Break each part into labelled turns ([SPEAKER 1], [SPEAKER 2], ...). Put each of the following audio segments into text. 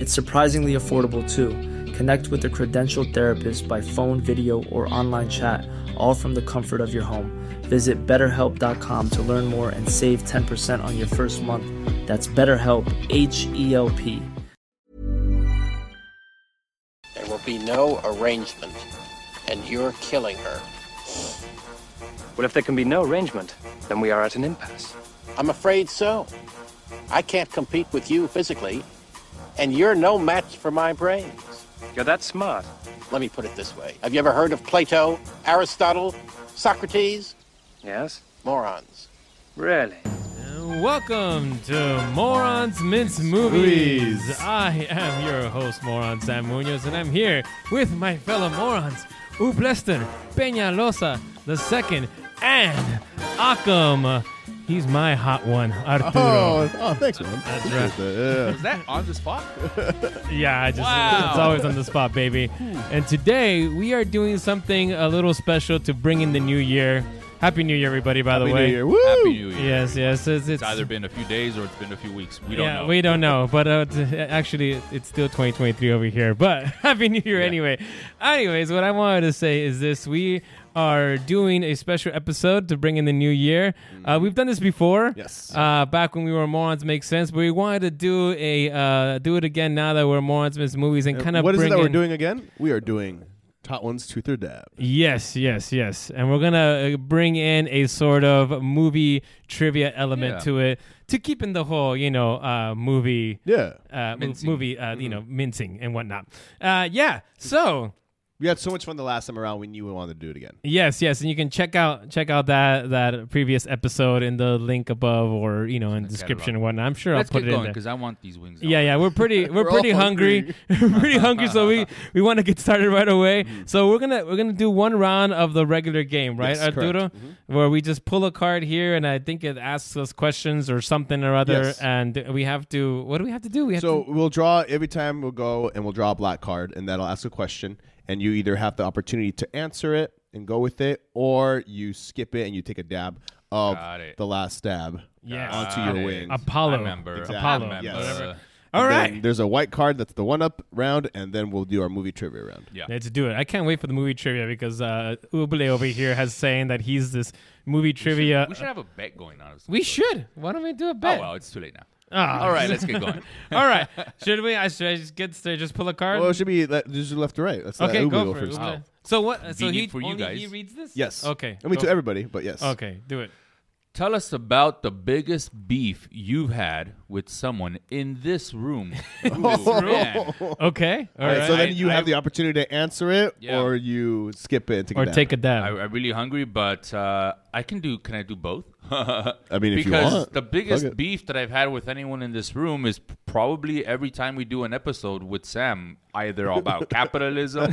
[SPEAKER 1] It's surprisingly affordable too. Connect with a credentialed therapist by phone, video, or online chat, all from the comfort of your home. Visit betterhelp.com to learn more and save 10% on your first month. That's BetterHelp, H E L P.
[SPEAKER 2] There will be no arrangement, and you're killing her.
[SPEAKER 3] Well, if there can be no arrangement, then we are at an impasse.
[SPEAKER 2] I'm afraid so. I can't compete with you physically, and you're no match for my brains.
[SPEAKER 3] You're that smart.
[SPEAKER 2] Let me put it this way Have you ever heard of Plato, Aristotle, Socrates?
[SPEAKER 3] Yes?
[SPEAKER 2] Morons.
[SPEAKER 3] Really?
[SPEAKER 4] Uh, Welcome to Morons Mince Movies. I am your host, Moron Sam Munoz, and I'm here with my fellow morons, Ub Lester, Peñalosa the second, and Akam. He's my hot one, Arturo.
[SPEAKER 5] Oh, oh, thanks, man. Appreciate
[SPEAKER 4] right.
[SPEAKER 5] that,
[SPEAKER 6] Is that on the spot?
[SPEAKER 4] Yeah, I just it's always on the spot, baby.
[SPEAKER 5] Hmm.
[SPEAKER 4] and today we are doing something a little special to bring in the new year. Happy New Year, everybody! By
[SPEAKER 5] yeah.
[SPEAKER 4] the
[SPEAKER 5] Happy
[SPEAKER 4] way,
[SPEAKER 5] New Year. Woo!
[SPEAKER 6] Happy New Year.
[SPEAKER 4] yes, yes, it's,
[SPEAKER 6] It's either been a few days or it's been a few weeks. We don't
[SPEAKER 4] yeah,
[SPEAKER 6] know.
[SPEAKER 4] we don't know, but uh, t- actually, it- it's still 2023 over here. But happy New Year anyway. Anyways, what I wanted to say is this: we are doing a special episode to bring in the new year. Uh, we've done this before,
[SPEAKER 5] Mm-hmm. Yes.
[SPEAKER 4] uh, back when we were morons. Makes sense, but we wanted to do a uh, do it again now that we're morons miss movies and kind of
[SPEAKER 5] Uh, what is
[SPEAKER 4] bring
[SPEAKER 5] it that we're
[SPEAKER 4] in-
[SPEAKER 5] doing again? We are doing Tot One's Truth or Dab.
[SPEAKER 4] Yes, yes, yes. And we're going to bring in a sort of movie trivia element
[SPEAKER 6] Yeah.
[SPEAKER 4] to it to keep in the whole, you know, uh, movie
[SPEAKER 5] Yeah.
[SPEAKER 4] uh, mo-
[SPEAKER 6] Mincing.
[SPEAKER 4] movie, uh, you know, mincing and whatnot. Uh, yeah. So
[SPEAKER 5] We had so much fun the last time around. We knew we wanted to do it again.
[SPEAKER 4] yes, yes, and you can check out check out that that previous episode in the link above or you know in the description and whatnot. I'm sure
[SPEAKER 6] Let's
[SPEAKER 4] I'll put
[SPEAKER 6] get
[SPEAKER 4] it
[SPEAKER 6] going
[SPEAKER 4] in there.
[SPEAKER 6] because I want these wings.
[SPEAKER 4] Yeah, yeah, we're pretty we're,
[SPEAKER 5] We're all
[SPEAKER 4] pretty hungry. we're pretty hungry, so we we want to get started right away. So we're gonna we're gonna do one round of the regular game, right,
[SPEAKER 5] Yes, correct.
[SPEAKER 4] Arturo? Where we just pull a card here, and I think it asks us questions or something or other,
[SPEAKER 5] Yes.
[SPEAKER 4] and we have to. What do we have to do? We have
[SPEAKER 5] So
[SPEAKER 4] to,
[SPEAKER 5] we'll draw every time we'll go and we'll draw a black card, and that'll ask a question. And you either have the opportunity to answer it and go with it, or you skip it and you take a dab of
[SPEAKER 6] Got it.
[SPEAKER 5] the last dab
[SPEAKER 4] Yes.
[SPEAKER 5] onto
[SPEAKER 6] Got
[SPEAKER 5] your
[SPEAKER 6] it.
[SPEAKER 5] wings.
[SPEAKER 4] Apollo.
[SPEAKER 6] I remember.
[SPEAKER 5] Exactly.
[SPEAKER 6] I
[SPEAKER 4] Apollo.
[SPEAKER 6] remember.
[SPEAKER 5] Yes.
[SPEAKER 4] All
[SPEAKER 5] Then
[SPEAKER 4] right.
[SPEAKER 5] There's a white card that's the one up round, and then we'll do our movie trivia round.
[SPEAKER 6] Yeah.
[SPEAKER 4] Let's do it. I can't wait for the movie trivia because uh, Uble over here has saying that he's this movie trivia.
[SPEAKER 6] We should have a bet going on. or something.
[SPEAKER 4] We should. Why don't we do a
[SPEAKER 6] Oh,
[SPEAKER 4] bet?
[SPEAKER 6] well, it's too late now.
[SPEAKER 4] Ah.
[SPEAKER 6] All right, let's get going.
[SPEAKER 4] All right. Should we? I should I just get to just pull a card.
[SPEAKER 5] Well, uh, it should be le- just left to right. Let's let
[SPEAKER 4] okay,
[SPEAKER 5] Ubu
[SPEAKER 4] go, for it. Uble.
[SPEAKER 6] Wow.
[SPEAKER 4] So what? So he
[SPEAKER 6] Convenient Oh. for you
[SPEAKER 4] only he
[SPEAKER 6] guys.
[SPEAKER 4] reads this.
[SPEAKER 5] Yes.
[SPEAKER 4] Okay.
[SPEAKER 5] I mean,
[SPEAKER 4] go
[SPEAKER 5] to
[SPEAKER 4] for-
[SPEAKER 5] everybody, but yes.
[SPEAKER 4] Okay, do it.
[SPEAKER 6] Tell us about the biggest beef you've had with someone in this room. Ooh, man.
[SPEAKER 4] Okay. All
[SPEAKER 5] All
[SPEAKER 4] right.
[SPEAKER 5] right, so
[SPEAKER 6] I-
[SPEAKER 5] then you
[SPEAKER 6] I-
[SPEAKER 5] have the opportunity to answer it,
[SPEAKER 6] Yeah.
[SPEAKER 5] or you skip it and take
[SPEAKER 4] or
[SPEAKER 5] a dab.
[SPEAKER 4] take a
[SPEAKER 6] I,
[SPEAKER 4] dab.
[SPEAKER 6] I'm really hungry, but uh, I can do. Can I do both? I
[SPEAKER 5] mean, if you
[SPEAKER 6] because
[SPEAKER 5] want.
[SPEAKER 6] the
[SPEAKER 5] Fuck
[SPEAKER 6] biggest
[SPEAKER 5] it.
[SPEAKER 6] beef that I've had with anyone in this room is p- probably every time we do an episode with Sam, either about capitalism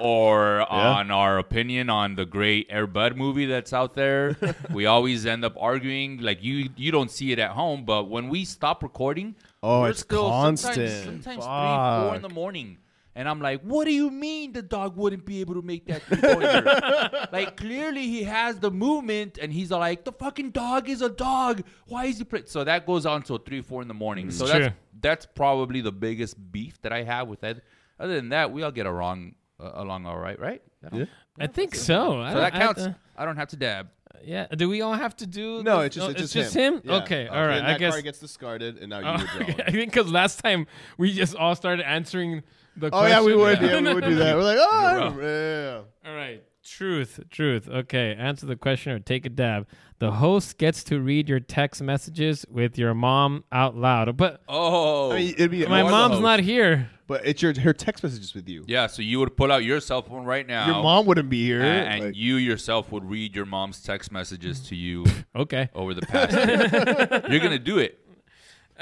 [SPEAKER 6] or on our opinion on the great Air Bud movie that's out there. we always end up arguing. Like you, you don't see it at home, but when we stop recording,
[SPEAKER 5] Oh,
[SPEAKER 6] we're
[SPEAKER 5] it's
[SPEAKER 6] still
[SPEAKER 5] constant.
[SPEAKER 6] Sometimes, sometimes three, four in the morning. And I'm like, what do you mean the dog wouldn't be able to make that three-pointer? like, clearly he has the movement, and he's like, the fucking dog is a dog. Why is he play? So that goes on till three, four in the morning.
[SPEAKER 5] Mm,
[SPEAKER 6] so that's
[SPEAKER 4] Sure.
[SPEAKER 6] that's probably the biggest beef that I have with that. Other than that, we all get along uh, along all right, right? That all-
[SPEAKER 4] I think so. I
[SPEAKER 6] So that
[SPEAKER 4] don't- I-
[SPEAKER 6] counts. I,
[SPEAKER 4] uh,
[SPEAKER 6] don't have to dab.
[SPEAKER 4] yeah. Do we all have to do?
[SPEAKER 5] No,
[SPEAKER 4] this?
[SPEAKER 5] it's just
[SPEAKER 4] Oh,
[SPEAKER 5] it's,
[SPEAKER 4] just him.
[SPEAKER 5] Yeah.
[SPEAKER 4] Okay.
[SPEAKER 5] Uh,
[SPEAKER 4] All right.
[SPEAKER 5] And
[SPEAKER 4] I
[SPEAKER 5] that
[SPEAKER 4] guess
[SPEAKER 5] card gets discarded, and now you
[SPEAKER 4] Oh,
[SPEAKER 5] were
[SPEAKER 4] okay.
[SPEAKER 5] drawing.
[SPEAKER 4] I think because last time we just all started answering the
[SPEAKER 5] Oh yeah, we
[SPEAKER 4] question.
[SPEAKER 5] would.
[SPEAKER 6] Yeah.
[SPEAKER 5] Yeah, we would do that. We're like, oh, yeah.
[SPEAKER 4] All right. Truth, truth. Okay, answer the question or take a dab. The host gets to read your text messages with your mom out loud. But
[SPEAKER 6] Oh,
[SPEAKER 5] I mean, it'd be
[SPEAKER 4] my
[SPEAKER 5] Why the
[SPEAKER 4] mom's
[SPEAKER 5] host?
[SPEAKER 4] not here.
[SPEAKER 5] But it's your her text messages with you.
[SPEAKER 6] yeah. So you would pull out your cell phone right now.
[SPEAKER 5] Your mom wouldn't be here.
[SPEAKER 6] a- and
[SPEAKER 5] Like,
[SPEAKER 6] you yourself would read your mom's text messages to you
[SPEAKER 4] Okay.
[SPEAKER 6] over the past. year. You're gonna do it.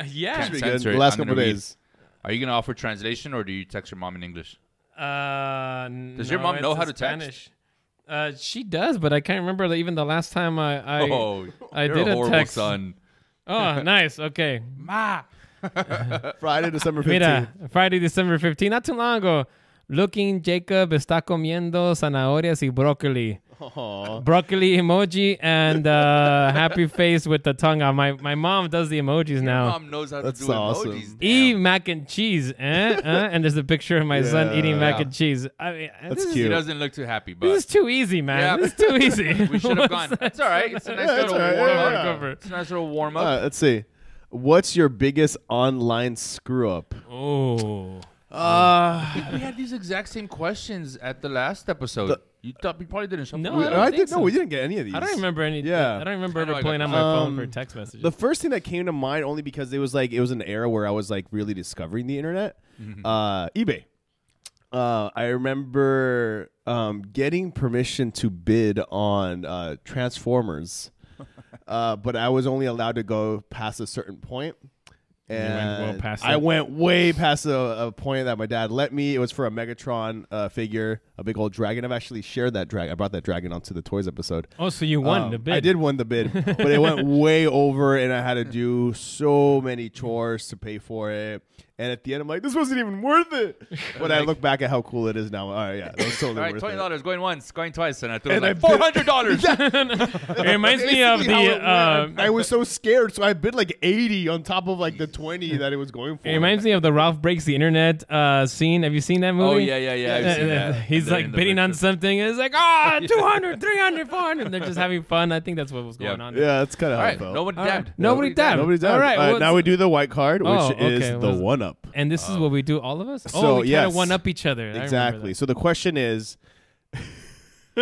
[SPEAKER 4] yeah.
[SPEAKER 5] pretty good.
[SPEAKER 6] censor it.
[SPEAKER 5] The last
[SPEAKER 6] I'm gonna
[SPEAKER 5] couple
[SPEAKER 6] read.
[SPEAKER 5] days.
[SPEAKER 6] Are you gonna offer translation or do you text your mom in English?
[SPEAKER 4] Uh,
[SPEAKER 6] Does your
[SPEAKER 4] no,
[SPEAKER 6] mom
[SPEAKER 4] it's
[SPEAKER 6] know
[SPEAKER 4] in
[SPEAKER 6] how to text?
[SPEAKER 4] Spanish. Uh, she does, but I can't remember the, even the last time I I,
[SPEAKER 6] oh,
[SPEAKER 4] I
[SPEAKER 6] you're
[SPEAKER 4] did
[SPEAKER 6] a
[SPEAKER 4] a,
[SPEAKER 6] horrible
[SPEAKER 4] text.
[SPEAKER 6] son.
[SPEAKER 4] Oh, nice. Okay,
[SPEAKER 6] Ma.
[SPEAKER 5] Friday, December 15th.
[SPEAKER 4] Mira, Friday, December 15th, not too long ago. Looking Jacob está comiendo zanahorias y broccoli. Broccoli emoji and uh, happy face with the tongue out. My, my mom does the emojis now.
[SPEAKER 6] Mom knows how
[SPEAKER 5] That's
[SPEAKER 6] to do
[SPEAKER 5] awesome.
[SPEAKER 6] emojis.
[SPEAKER 4] Eat
[SPEAKER 6] damn.
[SPEAKER 4] mac and cheese. Eh? eh? And there's a picture of my son eating mac
[SPEAKER 6] Yeah.
[SPEAKER 4] and cheese. I mean,
[SPEAKER 5] That's
[SPEAKER 4] this is-
[SPEAKER 6] He
[SPEAKER 5] cute.
[SPEAKER 6] doesn't look too happy, but
[SPEAKER 4] this is too easy, man.
[SPEAKER 6] Yeah.
[SPEAKER 4] This is too easy.
[SPEAKER 6] we should have gone. That's all right. It's a nice
[SPEAKER 5] it's
[SPEAKER 6] little
[SPEAKER 5] all right,
[SPEAKER 6] warm
[SPEAKER 5] yeah, Uh,
[SPEAKER 6] up.
[SPEAKER 5] yeah.
[SPEAKER 4] Cover.
[SPEAKER 6] It's a nice little warm
[SPEAKER 5] All
[SPEAKER 6] up.
[SPEAKER 5] right, let's see. What's your biggest online screw up?
[SPEAKER 4] Oh.
[SPEAKER 6] we had these exact same questions at the last episode. you thought we probably didn't. shuffle
[SPEAKER 4] No,
[SPEAKER 6] it
[SPEAKER 4] I
[SPEAKER 6] up.
[SPEAKER 4] don't
[SPEAKER 5] I
[SPEAKER 4] think
[SPEAKER 5] did
[SPEAKER 4] so.
[SPEAKER 5] no, we didn't get any of these.
[SPEAKER 4] I don't remember any.
[SPEAKER 5] Yeah.
[SPEAKER 4] I don't remember
[SPEAKER 6] I know I
[SPEAKER 4] ever
[SPEAKER 6] got um,
[SPEAKER 4] playing on my phone for text messages.
[SPEAKER 5] The first thing that came to mind only because it was like it was an era where I was like really discovering the internet.
[SPEAKER 4] Mm-hmm.
[SPEAKER 5] Uh, eBay. Uh, I remember um, getting permission to bid on uh, Transformers, uh, but I was only allowed to go past a certain point.
[SPEAKER 4] went well
[SPEAKER 5] And
[SPEAKER 4] past
[SPEAKER 5] I
[SPEAKER 4] it.
[SPEAKER 5] went way past a, a point that my dad let me. It was for a Megatron uh, figure, a big old dragon. I've actually shared that dragon. I brought that dragon onto the toys episode.
[SPEAKER 4] oh, so you won
[SPEAKER 5] Um,
[SPEAKER 4] the bid.
[SPEAKER 5] I did win the bid, but it went way over, and I had to do so many chores to pay for it. And at the end, I'm like, this wasn't even worth it. But I look back at how cool it is now. All right, yeah, that was totally
[SPEAKER 6] All right,
[SPEAKER 5] worth
[SPEAKER 6] twenty
[SPEAKER 5] it.
[SPEAKER 6] dollars going once, going twice, and I threw
[SPEAKER 5] And I
[SPEAKER 6] like
[SPEAKER 5] bid-
[SPEAKER 6] four hundred dollars.
[SPEAKER 4] It reminds me of
[SPEAKER 5] Basically how
[SPEAKER 4] the.
[SPEAKER 5] it went.
[SPEAKER 4] Uh,
[SPEAKER 5] I was so scared, so I bid like 80 on top of like the 20 that it was going for.
[SPEAKER 4] It reminds me of the Ralph Breaks the Internet uh, scene. Have you seen that movie?
[SPEAKER 6] Oh, yeah, yeah, yeah, I've
[SPEAKER 4] Uh,
[SPEAKER 6] seen
[SPEAKER 4] uh,
[SPEAKER 6] that.
[SPEAKER 4] He's
[SPEAKER 6] They're
[SPEAKER 4] like
[SPEAKER 6] in the
[SPEAKER 4] bidding on
[SPEAKER 6] picture.
[SPEAKER 4] something. And it's like, ah, 200, 300, 400. They're just having fun. I think that's what was
[SPEAKER 6] Yeah.
[SPEAKER 4] going on. there.
[SPEAKER 5] yeah, that's kind of
[SPEAKER 6] All
[SPEAKER 5] how
[SPEAKER 6] right,
[SPEAKER 5] it felt.
[SPEAKER 6] no one
[SPEAKER 4] All right.
[SPEAKER 6] dabbed.
[SPEAKER 4] Nobody dabbed.
[SPEAKER 5] Nobody died.
[SPEAKER 4] All right. well,
[SPEAKER 5] now we do the white card, which
[SPEAKER 4] Oh,
[SPEAKER 5] is
[SPEAKER 4] okay,
[SPEAKER 5] the
[SPEAKER 4] was-
[SPEAKER 5] one up.
[SPEAKER 4] And this
[SPEAKER 6] Um,
[SPEAKER 4] is what we do, all of us?
[SPEAKER 5] so,
[SPEAKER 4] oh, we kind
[SPEAKER 5] yes.
[SPEAKER 4] of one up each other. I remember
[SPEAKER 5] Exactly.
[SPEAKER 4] that.
[SPEAKER 5] So the question is,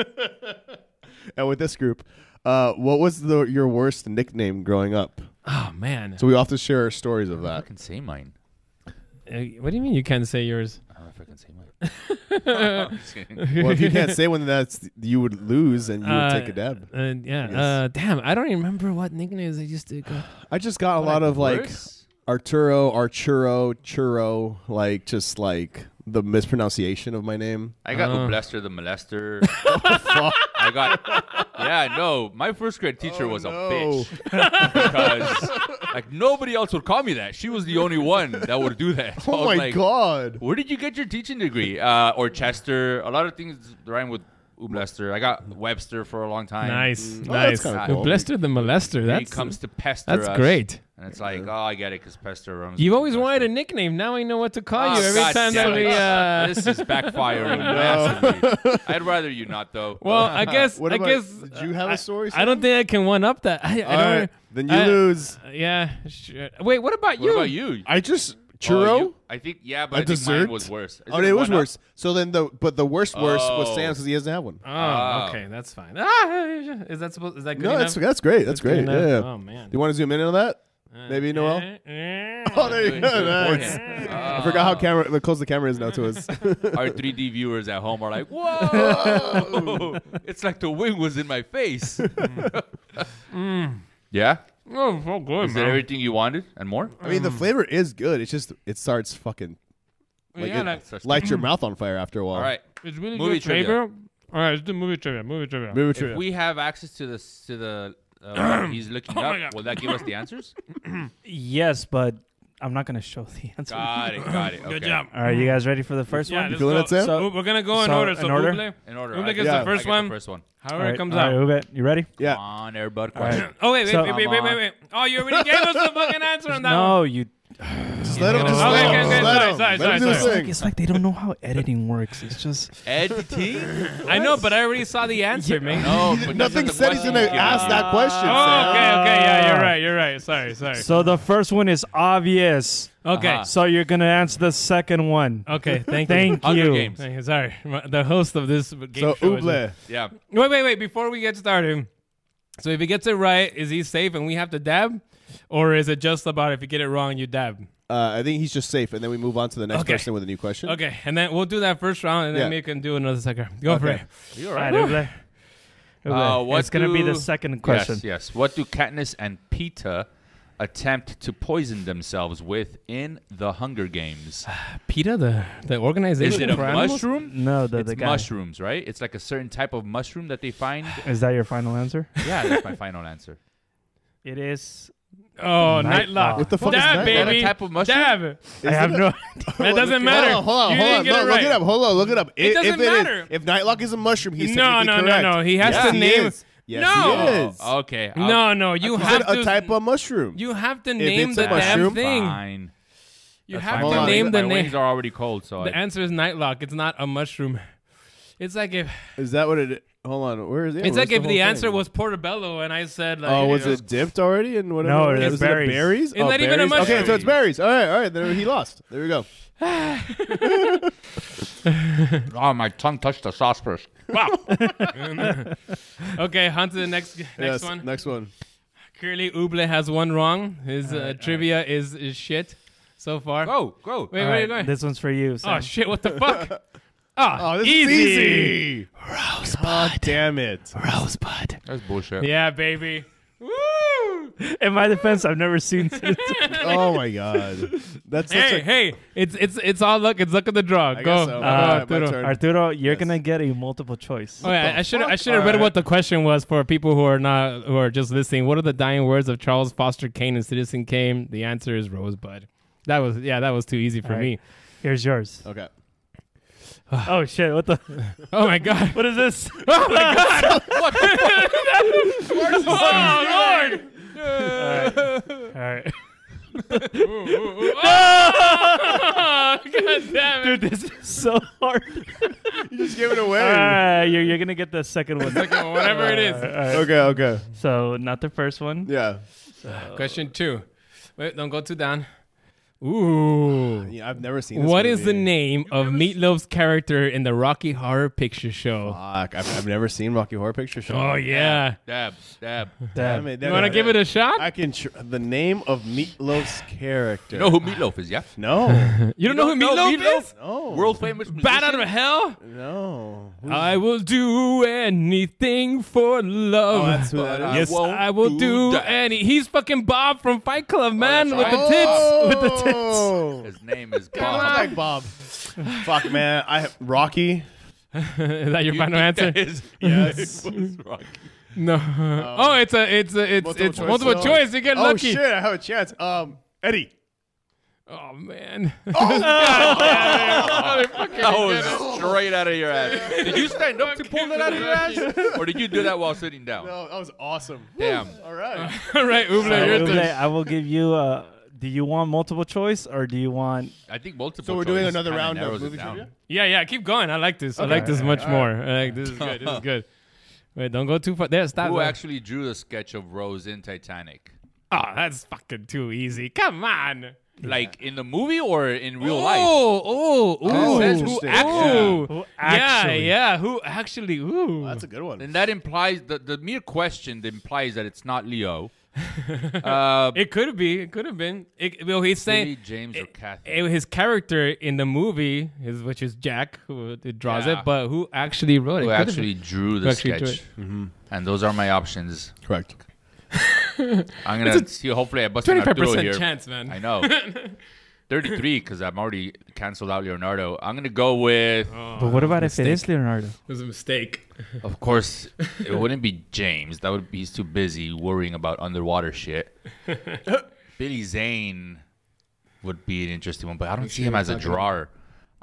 [SPEAKER 5] and with this group, uh, what was the, your worst nickname growing up?
[SPEAKER 4] Oh, man.
[SPEAKER 5] So we often share our stories of that.
[SPEAKER 6] I can say mine.
[SPEAKER 4] Uh, what do you mean you can't say yours?
[SPEAKER 6] I don't know if I can say mine. I'm just kidding.
[SPEAKER 5] well, if you can't say one, that's you would lose and you would
[SPEAKER 4] Uh,
[SPEAKER 5] take a dab.
[SPEAKER 4] Uh, yeah. Uh, damn, I don't remember what nicknames I used to go.
[SPEAKER 5] I just got a lot of like
[SPEAKER 6] Worse?
[SPEAKER 5] Arturo, Arturo, Churro, like just like the mispronunciation of my name.
[SPEAKER 6] I got Ublester the molester. I got yeah, no. My first grade teacher was a bitch because like nobody else would call me that. She was the only one that would do that. So I
[SPEAKER 5] Oh
[SPEAKER 6] was
[SPEAKER 5] my
[SPEAKER 6] like,
[SPEAKER 5] god!
[SPEAKER 6] Where did you get your teaching degree? Uh, or Chester? A lot of things rhyme with Ublester. I got Webster for a long time.
[SPEAKER 4] Nice.
[SPEAKER 5] Oh,
[SPEAKER 4] nice.
[SPEAKER 5] that's kinda
[SPEAKER 4] The
[SPEAKER 5] cool.
[SPEAKER 4] Blester the Molester.
[SPEAKER 6] He
[SPEAKER 4] That's,
[SPEAKER 6] comes to pester.
[SPEAKER 4] that's
[SPEAKER 6] us,
[SPEAKER 4] great.
[SPEAKER 6] And it's like, oh, I get it, because pester rhymes.
[SPEAKER 4] You've
[SPEAKER 6] with
[SPEAKER 4] always
[SPEAKER 6] Ublester.
[SPEAKER 4] wanted a nickname. Now I know what to call you
[SPEAKER 6] Oh,
[SPEAKER 4] every
[SPEAKER 6] God
[SPEAKER 4] time that
[SPEAKER 6] damn
[SPEAKER 4] we.
[SPEAKER 6] it.
[SPEAKER 4] Uh,
[SPEAKER 6] this is backfiring massively. I'd rather you not though.
[SPEAKER 4] well, I guess.
[SPEAKER 5] What
[SPEAKER 4] I
[SPEAKER 5] about-
[SPEAKER 4] guess.
[SPEAKER 5] did you have a
[SPEAKER 4] I-
[SPEAKER 5] story,
[SPEAKER 4] I, don't think I can one up that. I, I
[SPEAKER 5] All
[SPEAKER 4] don't.
[SPEAKER 5] right, then you
[SPEAKER 4] I-
[SPEAKER 5] lose.
[SPEAKER 4] Yeah. Sure. Wait. What about
[SPEAKER 6] what
[SPEAKER 4] you?
[SPEAKER 6] about you?
[SPEAKER 5] I just
[SPEAKER 6] Oh,
[SPEAKER 5] churro.
[SPEAKER 6] you- I think yeah, but I
[SPEAKER 5] a
[SPEAKER 6] think
[SPEAKER 5] dessert
[SPEAKER 6] mine was worse. Is
[SPEAKER 5] oh, it, was
[SPEAKER 6] one up?
[SPEAKER 5] worse. So then the but the worst worst was
[SPEAKER 6] Oh.
[SPEAKER 5] Sam's because he doesn't have one.
[SPEAKER 4] Oh,
[SPEAKER 6] Ah.
[SPEAKER 4] okay. That's fine. Ah, is that supposed? Is that good
[SPEAKER 5] no, that's
[SPEAKER 4] enough?
[SPEAKER 5] that's great. That's
[SPEAKER 4] good
[SPEAKER 5] great.
[SPEAKER 4] enough?
[SPEAKER 5] Yeah.
[SPEAKER 4] Oh, man. Uh,
[SPEAKER 5] Do you want to zoom in on that? Maybe Noel. Oh, there you go.
[SPEAKER 6] Doing good
[SPEAKER 5] Nice.
[SPEAKER 6] beforehand.
[SPEAKER 5] I forgot
[SPEAKER 6] Ah.
[SPEAKER 5] how camera how close the camera is now to us.
[SPEAKER 6] Our 3D viewers at home are like, whoa! it's like the wing was in my face.
[SPEAKER 4] Mm.
[SPEAKER 6] Yeah.
[SPEAKER 4] Oh, so good,
[SPEAKER 6] Is that
[SPEAKER 4] man.
[SPEAKER 6] everything you wanted and more?
[SPEAKER 5] I
[SPEAKER 7] Mm,
[SPEAKER 5] mean, the flavor is good. It's just it starts fucking like
[SPEAKER 4] yeah,
[SPEAKER 5] it
[SPEAKER 4] like,
[SPEAKER 6] Such-
[SPEAKER 5] lights your mouth on fire after a while.
[SPEAKER 6] All right.
[SPEAKER 4] it's really
[SPEAKER 6] Movie
[SPEAKER 4] good
[SPEAKER 6] trivia.
[SPEAKER 4] flavor. All right, let's do movie trivia. Movie trivia.
[SPEAKER 5] Maybe
[SPEAKER 6] If we have access to this to the
[SPEAKER 4] Oh
[SPEAKER 6] uh, what he's looking up, will that give us the answers?
[SPEAKER 7] Yes, but I'm not going to show the answer.
[SPEAKER 6] Got it. Got it. Okay.
[SPEAKER 4] Good job.
[SPEAKER 7] All right, you guys ready for the first
[SPEAKER 4] Yeah,
[SPEAKER 7] one?
[SPEAKER 4] let's
[SPEAKER 5] feeling
[SPEAKER 4] go.
[SPEAKER 5] it, Sam?
[SPEAKER 7] So-
[SPEAKER 4] Ooh, we're gonna go in
[SPEAKER 7] so,
[SPEAKER 4] order.
[SPEAKER 7] in
[SPEAKER 4] So
[SPEAKER 7] order?
[SPEAKER 4] Uble-
[SPEAKER 6] In order.
[SPEAKER 4] Uble
[SPEAKER 6] I
[SPEAKER 4] gets
[SPEAKER 6] get-
[SPEAKER 4] the
[SPEAKER 5] Yeah.
[SPEAKER 6] I
[SPEAKER 4] first
[SPEAKER 6] get
[SPEAKER 4] one.
[SPEAKER 6] The first one.
[SPEAKER 4] However
[SPEAKER 7] All right,
[SPEAKER 4] it comes
[SPEAKER 7] all
[SPEAKER 4] out.
[SPEAKER 7] right, Ubet, you ready?
[SPEAKER 5] yeah.
[SPEAKER 6] Come on, everybody.
[SPEAKER 7] right.
[SPEAKER 4] Oh wait, wait,
[SPEAKER 7] So-
[SPEAKER 4] wait, wait, wait, wait, wait. Oh, you already gave us the fucking answer on that one.
[SPEAKER 7] No, you.
[SPEAKER 5] Just let him. Just
[SPEAKER 4] Okay,
[SPEAKER 5] let
[SPEAKER 4] okay,
[SPEAKER 5] him.
[SPEAKER 4] okay,
[SPEAKER 5] Just
[SPEAKER 4] sorry,
[SPEAKER 5] let him.
[SPEAKER 4] sorry, sorry,
[SPEAKER 5] Let
[SPEAKER 4] sorry,
[SPEAKER 5] him do his
[SPEAKER 4] sorry.
[SPEAKER 5] thing.
[SPEAKER 7] It's like they don't know how editing works. It's just
[SPEAKER 6] Editing?
[SPEAKER 4] I know, but I already saw the answer, man.
[SPEAKER 6] No, but that's
[SPEAKER 5] Nothing
[SPEAKER 6] not the
[SPEAKER 5] said he's
[SPEAKER 6] question
[SPEAKER 5] gonna
[SPEAKER 6] you
[SPEAKER 5] ask
[SPEAKER 6] gave me.
[SPEAKER 5] that question.
[SPEAKER 4] Oh,
[SPEAKER 5] Sam.
[SPEAKER 4] okay, okay, yeah, you're right, you're right. Sorry, sorry.
[SPEAKER 7] so. The first one is obvious.
[SPEAKER 4] Okay,
[SPEAKER 6] Ah. uh-huh.
[SPEAKER 7] So you're gonna answer the second one.
[SPEAKER 4] okay, thank you.
[SPEAKER 7] Thank
[SPEAKER 6] Hunger
[SPEAKER 7] you.
[SPEAKER 6] Games.
[SPEAKER 4] Thank you. Sorry, My- the host of this game
[SPEAKER 5] So
[SPEAKER 4] show. is-
[SPEAKER 5] Uble.
[SPEAKER 6] Yeah.
[SPEAKER 4] Wait, wait, wait! Before we get started, so if he gets it right, is he safe and we have to dab, or is it just about if you get it wrong, you dab?
[SPEAKER 5] Uh, I think he's just safe, and then we move on to the next
[SPEAKER 4] Okay.
[SPEAKER 5] person with a new question.
[SPEAKER 4] Okay, and then we'll do that first round, and then
[SPEAKER 5] Yeah.
[SPEAKER 4] we can do another sucker. Go for
[SPEAKER 5] Okay.
[SPEAKER 4] it.
[SPEAKER 7] All right, Uble. Uble.
[SPEAKER 6] Uh, what
[SPEAKER 7] it's gonna be the
[SPEAKER 6] do-
[SPEAKER 7] second question.
[SPEAKER 6] Yes, yes. What do Katniss and Peeta attempt to poison themselves with in the Hunger Games?
[SPEAKER 4] PETA, the the organization.
[SPEAKER 6] Is it a
[SPEAKER 4] for animals?
[SPEAKER 6] mushroom?
[SPEAKER 7] No, the,
[SPEAKER 6] It's
[SPEAKER 7] the guy.
[SPEAKER 6] mushrooms, right? It's like a certain type of mushroom that they find.
[SPEAKER 7] Is that your final answer?
[SPEAKER 6] yeah, that's my final answer.
[SPEAKER 7] It is.
[SPEAKER 4] Oh,
[SPEAKER 7] Night
[SPEAKER 4] nightlock.
[SPEAKER 7] lock. What
[SPEAKER 5] the fuck is
[SPEAKER 4] dab,
[SPEAKER 5] night
[SPEAKER 4] baby.
[SPEAKER 6] lock? Is that a type of mushroom?
[SPEAKER 4] Dab.
[SPEAKER 7] I have no.
[SPEAKER 4] That doesn't matter.
[SPEAKER 5] Hold on,
[SPEAKER 4] you
[SPEAKER 5] hold
[SPEAKER 4] didn't get
[SPEAKER 5] on. No,
[SPEAKER 4] it
[SPEAKER 5] look
[SPEAKER 4] right.
[SPEAKER 5] it up. Hold on, look it up. If-
[SPEAKER 4] doesn't
[SPEAKER 5] if is-
[SPEAKER 4] matter.
[SPEAKER 5] if Nightlock is a mushroom, he's
[SPEAKER 4] No,
[SPEAKER 5] technically
[SPEAKER 4] no,
[SPEAKER 5] correct.
[SPEAKER 4] no, no. He has to
[SPEAKER 5] he
[SPEAKER 4] name-
[SPEAKER 5] is. Yes,
[SPEAKER 4] No.
[SPEAKER 5] he is.
[SPEAKER 6] Oh, okay. I'll-
[SPEAKER 4] No, no, you
[SPEAKER 5] Is it
[SPEAKER 4] have
[SPEAKER 5] a
[SPEAKER 4] to.
[SPEAKER 5] type of mushroom?
[SPEAKER 4] you have to
[SPEAKER 5] it's
[SPEAKER 4] name
[SPEAKER 5] a
[SPEAKER 4] the damn
[SPEAKER 5] mushroom,
[SPEAKER 4] thing.
[SPEAKER 6] Fine.
[SPEAKER 4] You
[SPEAKER 6] That's
[SPEAKER 4] have
[SPEAKER 6] fine.
[SPEAKER 5] Hold
[SPEAKER 4] to
[SPEAKER 5] on.
[SPEAKER 4] name the
[SPEAKER 6] My wings
[SPEAKER 4] name.
[SPEAKER 6] are already cold, so
[SPEAKER 4] The
[SPEAKER 6] I,
[SPEAKER 4] answer is nightlock. It's not a mushroom. It's like if
[SPEAKER 5] is that what it? Hold on, where is it?
[SPEAKER 4] it's
[SPEAKER 5] Where's
[SPEAKER 4] like if
[SPEAKER 5] whole
[SPEAKER 4] the answer
[SPEAKER 5] thing?
[SPEAKER 4] was portobello, and I said like,
[SPEAKER 5] Oh,
[SPEAKER 4] you
[SPEAKER 5] was
[SPEAKER 4] know,
[SPEAKER 5] it dipped already and whatever?
[SPEAKER 7] No,
[SPEAKER 5] it
[SPEAKER 7] it's
[SPEAKER 5] is? Was
[SPEAKER 7] berries.
[SPEAKER 5] It berries? Oh,
[SPEAKER 4] It's not even a
[SPEAKER 5] berries? Okay,
[SPEAKER 4] mushroom.
[SPEAKER 5] so it's berries. All right, all right. There, he lost. There we go.
[SPEAKER 6] oh, my tongue touched the sauce first.
[SPEAKER 4] Okay, on to the next next
[SPEAKER 5] Yes,
[SPEAKER 4] one.
[SPEAKER 5] Next one.
[SPEAKER 4] Clearly, Uble has one wrong. His uh, trivia is is shit so far.
[SPEAKER 6] Go, go.
[SPEAKER 4] wait,
[SPEAKER 7] All
[SPEAKER 4] wait,
[SPEAKER 7] right,
[SPEAKER 4] wait.
[SPEAKER 7] This one's for you.
[SPEAKER 4] oh
[SPEAKER 7] Sam.
[SPEAKER 4] shit! What the fuck? Ah,
[SPEAKER 5] Oh, this
[SPEAKER 4] easy.
[SPEAKER 5] is easy. Rosebud. God damn it.
[SPEAKER 7] Rosebud.
[SPEAKER 6] That's bullshit.
[SPEAKER 4] Yeah, baby. Woo!
[SPEAKER 7] In my defense, I've never seen.
[SPEAKER 5] Oh my god. That's such
[SPEAKER 4] Hey,
[SPEAKER 5] a
[SPEAKER 4] hey! It's it's it's all luck. It's luck of the draw.
[SPEAKER 5] I
[SPEAKER 4] Go.
[SPEAKER 5] guess so.
[SPEAKER 4] Go,
[SPEAKER 5] All right, my
[SPEAKER 4] Arturo.
[SPEAKER 5] turn.
[SPEAKER 7] Arturo, you're gonna get a multiple choice.
[SPEAKER 4] Oh, yeah, I should I should have
[SPEAKER 5] All
[SPEAKER 4] read
[SPEAKER 5] right.
[SPEAKER 4] what the question was for people who are not who are just listening. What are the dying words of Charles Foster Kane in Citizen Kane? The answer is Rosebud. That was yeah, that was too easy for
[SPEAKER 7] All
[SPEAKER 4] me.
[SPEAKER 7] right. Here's yours.
[SPEAKER 5] Okay.
[SPEAKER 7] Oh shit! What the?
[SPEAKER 4] Oh my god!
[SPEAKER 7] What is this?
[SPEAKER 4] Oh my god! what the fuck? oh lord!
[SPEAKER 7] All right,
[SPEAKER 4] Oh! God damn it!
[SPEAKER 7] dude, this is so hard.
[SPEAKER 5] You just gave it away.
[SPEAKER 7] All
[SPEAKER 1] Ah.
[SPEAKER 7] right, you're you're gonna get the second one.
[SPEAKER 4] Whatever it
[SPEAKER 7] All
[SPEAKER 4] is.
[SPEAKER 7] right,
[SPEAKER 5] Okay, okay.
[SPEAKER 7] So not the first one.
[SPEAKER 5] Yeah.
[SPEAKER 4] Question two. Wait, don't go too down. Ooh.
[SPEAKER 5] Yeah, I've never seen this.
[SPEAKER 4] What is the
[SPEAKER 5] movie.
[SPEAKER 4] name of Meatloaf's character in the Rocky Horror Picture Show?
[SPEAKER 5] Fuck, I've, I've never seen Rocky Horror Picture Show.
[SPEAKER 4] Oh yeah.
[SPEAKER 6] Dab, dab.
[SPEAKER 7] Damn.
[SPEAKER 5] it.
[SPEAKER 4] You want to give it a shot?
[SPEAKER 5] I can. Tr- the name of Meatloaf's character.
[SPEAKER 6] You know who Meatloaf is, yeah?
[SPEAKER 5] No.
[SPEAKER 4] You don't know who
[SPEAKER 6] don't know
[SPEAKER 4] Meatloaf,
[SPEAKER 6] Meatloaf?
[SPEAKER 4] is?
[SPEAKER 5] No.
[SPEAKER 6] World famous.
[SPEAKER 4] Bat out
[SPEAKER 6] musician?
[SPEAKER 4] of hell!
[SPEAKER 5] No.
[SPEAKER 4] I will do anything for love.
[SPEAKER 5] Oh, that's who that is.
[SPEAKER 6] I
[SPEAKER 4] yes,
[SPEAKER 6] won't
[SPEAKER 4] I will do
[SPEAKER 6] do that. Oh,
[SPEAKER 4] any. He's fucking Bob from Fight Club, man,
[SPEAKER 6] that's
[SPEAKER 4] with
[SPEAKER 6] right. Oh.
[SPEAKER 4] the tits.
[SPEAKER 5] With the tits.
[SPEAKER 6] His name is
[SPEAKER 5] I'm
[SPEAKER 6] Bob.
[SPEAKER 5] like Bob. Fuck, man. I have Rocky.
[SPEAKER 4] Is that your final
[SPEAKER 6] think
[SPEAKER 4] answer?
[SPEAKER 6] that is-
[SPEAKER 5] Yes.
[SPEAKER 4] No. oh, it's a, it's a, it's,
[SPEAKER 5] Multiple
[SPEAKER 4] it's
[SPEAKER 5] choice.
[SPEAKER 4] multiple
[SPEAKER 5] Oh.
[SPEAKER 4] choice. You get
[SPEAKER 5] oh
[SPEAKER 4] lucky.
[SPEAKER 5] shit! I have a chance. Um, Eddie.
[SPEAKER 4] Oh man.
[SPEAKER 6] That was straight out of your ass. Did you stand up to pull that out of your ass, or did you do that while sitting down?
[SPEAKER 5] Oh, that was awesome.
[SPEAKER 6] Damn.
[SPEAKER 5] All right.
[SPEAKER 4] All right,
[SPEAKER 7] All
[SPEAKER 4] Uble,
[SPEAKER 7] right,
[SPEAKER 4] your
[SPEAKER 7] Uble,
[SPEAKER 4] turn.
[SPEAKER 7] I will give you. Uh, do you want multiple choice or do you want?
[SPEAKER 6] I think multiple.
[SPEAKER 5] So we're doing
[SPEAKER 6] choice
[SPEAKER 5] another
[SPEAKER 6] kinda
[SPEAKER 5] round of
[SPEAKER 6] narrows it
[SPEAKER 5] movie
[SPEAKER 6] down.
[SPEAKER 5] trivia?
[SPEAKER 4] Yeah, yeah. Keep going. I like this. I like this much more. I like this is good. This is good. Wait, don't go too far. There, stop.
[SPEAKER 6] Who
[SPEAKER 4] there.
[SPEAKER 6] actually drew the sketch of Rose in Titanic?
[SPEAKER 4] Oh, that's fucking too easy. Come on.
[SPEAKER 6] Like in the movie or in real life?
[SPEAKER 4] Oh, oh,
[SPEAKER 5] That's
[SPEAKER 4] oh. Who
[SPEAKER 5] interesting.
[SPEAKER 4] actually?
[SPEAKER 7] Who
[SPEAKER 4] Yeah,
[SPEAKER 7] actually-
[SPEAKER 4] yeah. Who actually? Ooh.
[SPEAKER 5] That's a good one.
[SPEAKER 6] And that implies the, the mere question implies that it's not Leo. Uh,
[SPEAKER 4] it could be. It could have been. It, well, he's
[SPEAKER 6] Billy,
[SPEAKER 4] saying
[SPEAKER 6] James or Kathy?
[SPEAKER 4] eh, his character in the movie, is, which is Jack, who uh, draws
[SPEAKER 6] Yeah.
[SPEAKER 4] it, but who actually wrote it?
[SPEAKER 6] Who
[SPEAKER 4] Could've
[SPEAKER 6] actually
[SPEAKER 4] been.
[SPEAKER 6] drew
[SPEAKER 4] Who
[SPEAKER 6] the
[SPEAKER 4] actually drew Mm-hmm.
[SPEAKER 6] sketch? And those are my options.
[SPEAKER 5] Correct.
[SPEAKER 6] I'm gonna see. Hopefully, I bust an
[SPEAKER 4] 25%
[SPEAKER 6] Arturo here.
[SPEAKER 4] chance, man.
[SPEAKER 6] I know. 33 because I'm already canceled out Leonardo. I'm gonna go with,
[SPEAKER 4] Oh.
[SPEAKER 7] But what about if it is Leonardo?
[SPEAKER 4] It was a mistake.
[SPEAKER 6] of course, it wouldn't be James. That would be he's too busy worrying about underwater shit. Billy Zane would be an interesting one, but I don't see him as a drawer.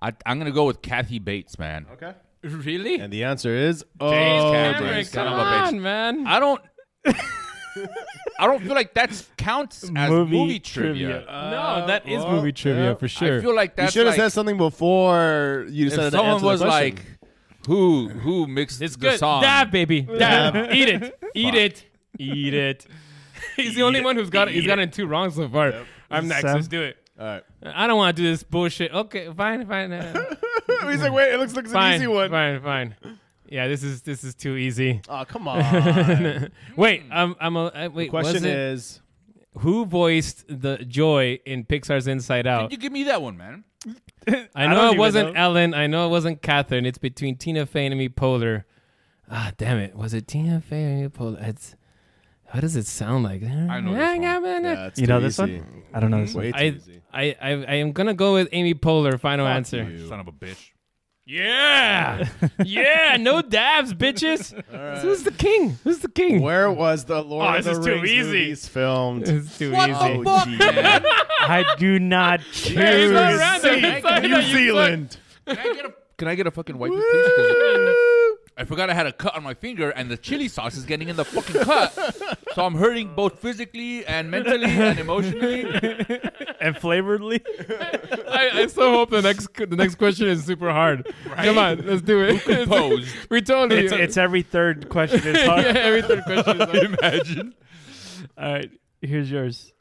[SPEAKER 6] I, I'm gonna go with Kathy Bates, man.
[SPEAKER 5] Okay.
[SPEAKER 4] Really?
[SPEAKER 5] And the answer is.
[SPEAKER 4] James
[SPEAKER 5] Oh,
[SPEAKER 4] Cameron,
[SPEAKER 6] James, son
[SPEAKER 4] come
[SPEAKER 6] of a bitch.
[SPEAKER 4] on, man.
[SPEAKER 6] I don't. I don't feel like that counts as movie, trivia.
[SPEAKER 4] no, that is movie trivia for sure.
[SPEAKER 6] I feel like
[SPEAKER 5] You
[SPEAKER 6] that's
[SPEAKER 5] should have
[SPEAKER 6] like
[SPEAKER 5] said something before you
[SPEAKER 6] if
[SPEAKER 5] decided to
[SPEAKER 6] someone
[SPEAKER 5] answer the
[SPEAKER 6] was
[SPEAKER 5] question.
[SPEAKER 6] like, "Who who mixed
[SPEAKER 4] it's
[SPEAKER 6] the
[SPEAKER 4] good.
[SPEAKER 6] song?"
[SPEAKER 4] Dab, baby. Dab. Eat it. Eat it. Eat it. He's the only one who's got it. He's gotten two wrong so far. I'm next.
[SPEAKER 7] Sam?
[SPEAKER 4] Let's do it.
[SPEAKER 5] all right.
[SPEAKER 4] I don't want to do this bullshit. Okay, fine, fine, uh,
[SPEAKER 5] He's like, wait, it looks like it's
[SPEAKER 4] fine,
[SPEAKER 5] an easy one.
[SPEAKER 4] fine, fine. Yeah, this is this is too easy.
[SPEAKER 5] Oh, come on.
[SPEAKER 4] Wait, I'm I'm a uh, wait. was
[SPEAKER 5] Question
[SPEAKER 4] it,
[SPEAKER 5] is,
[SPEAKER 4] who voiced the joy in Pixar's Inside Out?
[SPEAKER 6] Did you give me that one, man?
[SPEAKER 4] I
[SPEAKER 7] I don't
[SPEAKER 4] know it
[SPEAKER 7] even
[SPEAKER 4] wasn't
[SPEAKER 7] know.
[SPEAKER 4] Ellen. I know it wasn't Catherine. It's between Tina Fey and Amy Poehler. Ah, damn it. Was it Tina Fey and Amy Poehler? It's, how does it sound like? I
[SPEAKER 6] know this one.
[SPEAKER 5] yeah, uh, it's
[SPEAKER 7] You
[SPEAKER 5] too
[SPEAKER 7] know this
[SPEAKER 5] easy.
[SPEAKER 7] one? I don't know this one.
[SPEAKER 5] Way too
[SPEAKER 4] I,
[SPEAKER 5] easy.
[SPEAKER 4] I, I, I am going to go with Amy Poehler, final answer.
[SPEAKER 6] Son of a bitch.
[SPEAKER 4] Yeah. yeah. No dabs, bitches. Who's the king? Who's the king?
[SPEAKER 5] Where was the Lord
[SPEAKER 4] Oh,
[SPEAKER 5] of
[SPEAKER 4] this
[SPEAKER 5] the
[SPEAKER 4] is too
[SPEAKER 5] Rings
[SPEAKER 4] easy.
[SPEAKER 5] movies filmed?
[SPEAKER 4] It's too easy.
[SPEAKER 5] Oh, gee, man.
[SPEAKER 7] I do not
[SPEAKER 4] Hey, it's
[SPEAKER 7] choose.
[SPEAKER 4] not random. It's not
[SPEAKER 5] New
[SPEAKER 4] that you
[SPEAKER 5] Zealand.
[SPEAKER 6] Can I get a Can I get a fucking wipe, please? 'Cause I forgot I had a cut on my finger, and the chili sauce is getting in the fucking cut, so I'm hurting both physically and mentally and emotionally.
[SPEAKER 7] and flavoredly.
[SPEAKER 4] suck. I, I so hope the next the next question is super hard. Come on, let's do it.
[SPEAKER 6] Posed.
[SPEAKER 4] we totally
[SPEAKER 7] It's, it's every third question is hard.
[SPEAKER 4] yeah, every third question is hard.
[SPEAKER 6] Imagine.
[SPEAKER 7] All right, here's yours.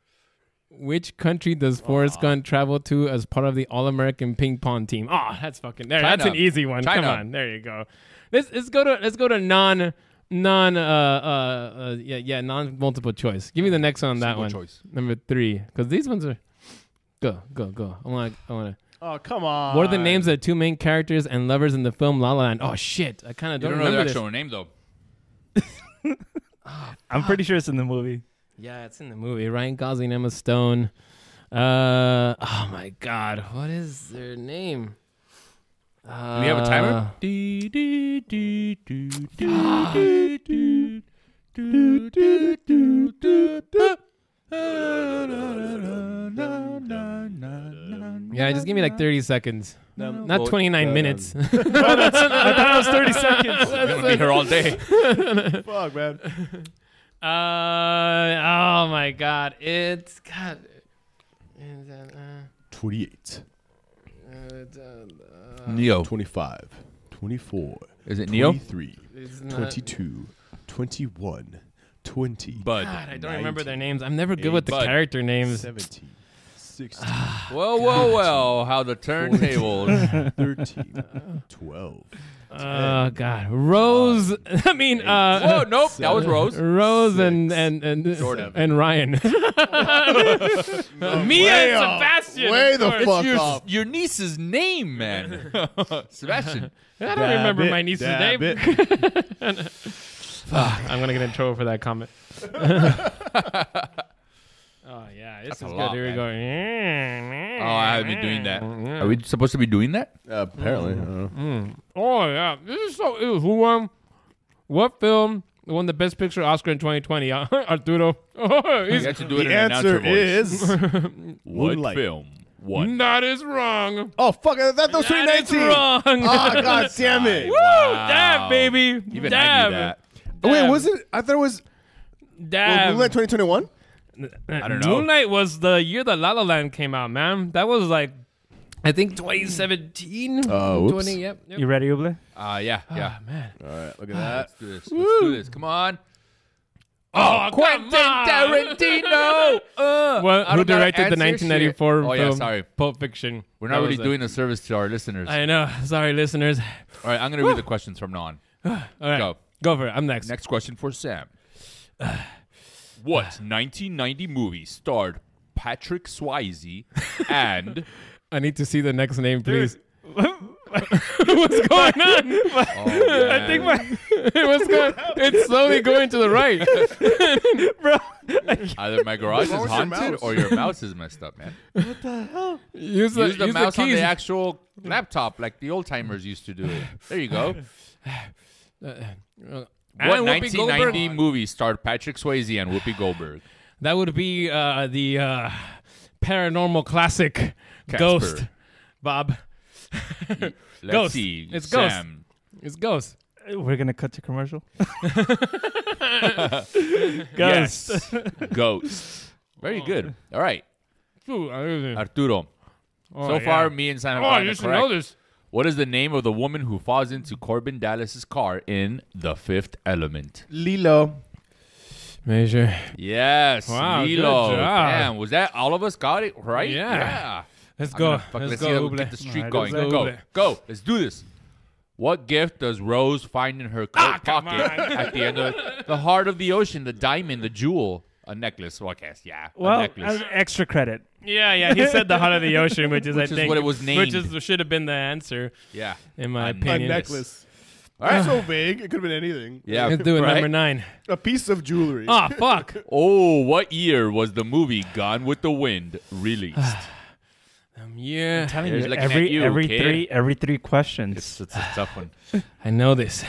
[SPEAKER 4] Which country does Forrest Gump travel to as part of the All American Ping Pong team? Ah, that's fucking there. That's an
[SPEAKER 6] China.
[SPEAKER 4] easy one.
[SPEAKER 6] China.
[SPEAKER 4] Come on, there you go. Let's let's go to let's go to non non uh uh, uh yeah yeah non multiple choice. Give me the next one on that
[SPEAKER 6] Single
[SPEAKER 4] one.
[SPEAKER 6] choice.
[SPEAKER 4] Number three, because these ones are go go go. I want I want to.
[SPEAKER 5] Oh, come on.
[SPEAKER 6] Uh,
[SPEAKER 4] What are the names of the two main characters and lovers in the film La La Land? Oh shit, I kind of
[SPEAKER 6] You
[SPEAKER 4] don't,
[SPEAKER 6] don't
[SPEAKER 4] remember
[SPEAKER 6] know their
[SPEAKER 4] this.
[SPEAKER 6] actual name though.
[SPEAKER 7] I'm pretty sure it's in the movie.
[SPEAKER 4] Yeah, it's in the movie. Ryan Gosling, Emma Stone. Uh, oh my God, what is their name? Uh,
[SPEAKER 6] Do we have a timer?
[SPEAKER 4] Uh, Yeah, just give me like 30 seconds. Not 29 minutes.
[SPEAKER 7] I thought it was 30 seconds.
[SPEAKER 6] I'm gonna be here all day.
[SPEAKER 5] Fuck, man.
[SPEAKER 4] Uh, oh my God, it's uh, God.
[SPEAKER 5] Twenty-eight.
[SPEAKER 4] uh,
[SPEAKER 6] Neo.
[SPEAKER 5] 25, 24,
[SPEAKER 6] Is it Neo?
[SPEAKER 5] 23, 22, 21, 20,
[SPEAKER 6] Bud.
[SPEAKER 4] I don't remember their names. I'm never good with the
[SPEAKER 6] Bud.
[SPEAKER 4] character names.
[SPEAKER 5] 17, 16,
[SPEAKER 6] Well, well, well. How the turntables.
[SPEAKER 5] 13, 12.
[SPEAKER 4] Oh God, Rose. I mean, uh,
[SPEAKER 6] Whoa, nope. That was Rose.
[SPEAKER 4] Rose and and and,
[SPEAKER 6] Jordan.
[SPEAKER 4] and Ryan. Me
[SPEAKER 5] way
[SPEAKER 4] and
[SPEAKER 5] off.
[SPEAKER 4] Sebastian.
[SPEAKER 5] Way
[SPEAKER 4] of
[SPEAKER 5] the
[SPEAKER 4] course.
[SPEAKER 5] fuck
[SPEAKER 6] Your,
[SPEAKER 5] up.
[SPEAKER 6] your niece's name, man. Sebastian.
[SPEAKER 4] I don't remember my niece's name. I'm gonna get in trouble for that comment. oh yeah, this is
[SPEAKER 6] a
[SPEAKER 4] good.
[SPEAKER 6] lot,
[SPEAKER 4] Here we go.
[SPEAKER 6] Oh, I haven't been doing that. Uh, Are we supposed to be doing that? Mm.
[SPEAKER 5] apparently. I don't know.
[SPEAKER 4] Oh yeah, this is so. Ew. Who won? What film won the Best Picture Oscar in 2020? Arturo. Oh,
[SPEAKER 6] You
[SPEAKER 4] he's-
[SPEAKER 6] have to do it
[SPEAKER 5] The
[SPEAKER 6] in an announcer
[SPEAKER 5] answer
[SPEAKER 6] voice.
[SPEAKER 5] is.
[SPEAKER 6] what
[SPEAKER 5] Moonlight.
[SPEAKER 6] film? What?
[SPEAKER 4] that is wrong.
[SPEAKER 5] Oh, fuck. I thought that was
[SPEAKER 4] That is
[SPEAKER 5] 2019.
[SPEAKER 4] wrong.
[SPEAKER 6] Oh,
[SPEAKER 5] Ah, God damn it.
[SPEAKER 4] Woo!
[SPEAKER 6] Wow.
[SPEAKER 4] Dab, baby.
[SPEAKER 6] Even I
[SPEAKER 4] dab.
[SPEAKER 6] knew that.
[SPEAKER 5] Wait, was it? I thought it was
[SPEAKER 4] Dab.
[SPEAKER 5] Moonlight 2021?
[SPEAKER 6] I don't know.
[SPEAKER 4] Moonlight was the year that La La Land came out, man. That was like, I think 2017.
[SPEAKER 5] Oh, whoops.
[SPEAKER 4] 20, yep. yep.
[SPEAKER 7] You ready, Uble?
[SPEAKER 6] Uh, yeah, yeah.
[SPEAKER 5] All right, look at that.
[SPEAKER 6] Ah, Let's do this. Let's do this. Come on.
[SPEAKER 4] Oh,
[SPEAKER 6] Quentin Tarantino. Uh,
[SPEAKER 4] Well,
[SPEAKER 6] I
[SPEAKER 4] who
[SPEAKER 6] don't gotta
[SPEAKER 4] directed the
[SPEAKER 6] answer
[SPEAKER 4] 1994
[SPEAKER 6] shit. Oh,
[SPEAKER 4] film
[SPEAKER 6] yeah, sorry.
[SPEAKER 4] Pulp Fiction?
[SPEAKER 6] We're not
[SPEAKER 4] That
[SPEAKER 6] really
[SPEAKER 4] was a-
[SPEAKER 6] doing a service to our listeners.
[SPEAKER 4] I know. Sorry, listeners.
[SPEAKER 6] All right, I'm going to read the questions from now on.
[SPEAKER 4] All right,
[SPEAKER 6] Go.
[SPEAKER 4] go for it. I'm next.
[SPEAKER 6] Next question for Sam. What 1990 movie starred Patrick Swayze and
[SPEAKER 4] I need to see the next name, please. What's going on?
[SPEAKER 6] Oh, I
[SPEAKER 7] Think my,
[SPEAKER 4] What's going? It's slowly going to the right.
[SPEAKER 7] bro.
[SPEAKER 6] either my garage is
[SPEAKER 5] What's wrong with your
[SPEAKER 6] haunted
[SPEAKER 5] mouse?
[SPEAKER 6] or your mouse is messed up, man.
[SPEAKER 4] Use the,
[SPEAKER 6] Use the
[SPEAKER 4] use
[SPEAKER 6] mouse on
[SPEAKER 4] keys.
[SPEAKER 6] the actual laptop like the old timers used to do it. There you go. What
[SPEAKER 4] And Whoopi
[SPEAKER 6] 1990
[SPEAKER 4] Goldberg.
[SPEAKER 6] movie starred Patrick Swayze and Whoopi Goldberg?
[SPEAKER 4] That would be uh, the uh, paranormal classic Ghost. Bob,
[SPEAKER 6] Let's
[SPEAKER 4] Ghost.
[SPEAKER 6] see.
[SPEAKER 4] It's Ghost.
[SPEAKER 6] Sam.
[SPEAKER 4] it's Ghost.
[SPEAKER 7] We're gonna cut to commercial.
[SPEAKER 6] Yes. Ghost. Very good. All right, Arturo. Uh, so far, me and Simon.
[SPEAKER 4] Oh,
[SPEAKER 6] find
[SPEAKER 4] you
[SPEAKER 6] it
[SPEAKER 4] should know
[SPEAKER 6] correct.
[SPEAKER 4] this.
[SPEAKER 6] What is the name of the woman who falls into Corbin Dallas's car in The Fifth Element?
[SPEAKER 5] Lilo.
[SPEAKER 4] Major.
[SPEAKER 6] Yes,
[SPEAKER 4] Wow, good
[SPEAKER 6] Lilo.
[SPEAKER 4] job.
[SPEAKER 6] Damn, was that all of us got it right?
[SPEAKER 4] Yeah. Let's
[SPEAKER 6] I'm
[SPEAKER 4] go.
[SPEAKER 6] gonna fuck-
[SPEAKER 4] Let's,
[SPEAKER 6] let's see how
[SPEAKER 4] go,
[SPEAKER 6] we can get the
[SPEAKER 4] Uble.
[SPEAKER 6] streak
[SPEAKER 4] All right,
[SPEAKER 6] going.
[SPEAKER 4] let's
[SPEAKER 6] go,
[SPEAKER 4] Uble.
[SPEAKER 6] go, go. Let's do this. What gift does Rose find in her coat pocket at the end of the heart of the ocean? The diamond, the jewel, a necklace. Well, I guess, yeah, a
[SPEAKER 7] Well,
[SPEAKER 6] necklace.
[SPEAKER 7] as extra credit.
[SPEAKER 4] Yeah, yeah. He said the heart of the ocean, which is I
[SPEAKER 6] Which is
[SPEAKER 4] think
[SPEAKER 6] what it was
[SPEAKER 4] Which
[SPEAKER 6] named.
[SPEAKER 4] is should have been the answer,
[SPEAKER 6] yeah,
[SPEAKER 4] in my
[SPEAKER 6] A
[SPEAKER 5] A
[SPEAKER 4] opinion.
[SPEAKER 5] necklace.
[SPEAKER 6] All right.
[SPEAKER 5] so vague. It could have been anything.
[SPEAKER 6] yeah.
[SPEAKER 4] Let's do it.
[SPEAKER 6] right?
[SPEAKER 4] Number nine.
[SPEAKER 5] A piece of jewelry.
[SPEAKER 4] Oh fuck.
[SPEAKER 6] Oh, what year was the movie Gone with the Wind released?
[SPEAKER 4] Um, yeah.
[SPEAKER 6] Here's looking at
[SPEAKER 7] every
[SPEAKER 6] you,
[SPEAKER 7] every
[SPEAKER 6] kid.
[SPEAKER 7] three every three
[SPEAKER 6] It's,
[SPEAKER 7] questions.
[SPEAKER 6] it's a tough one.
[SPEAKER 4] I know this.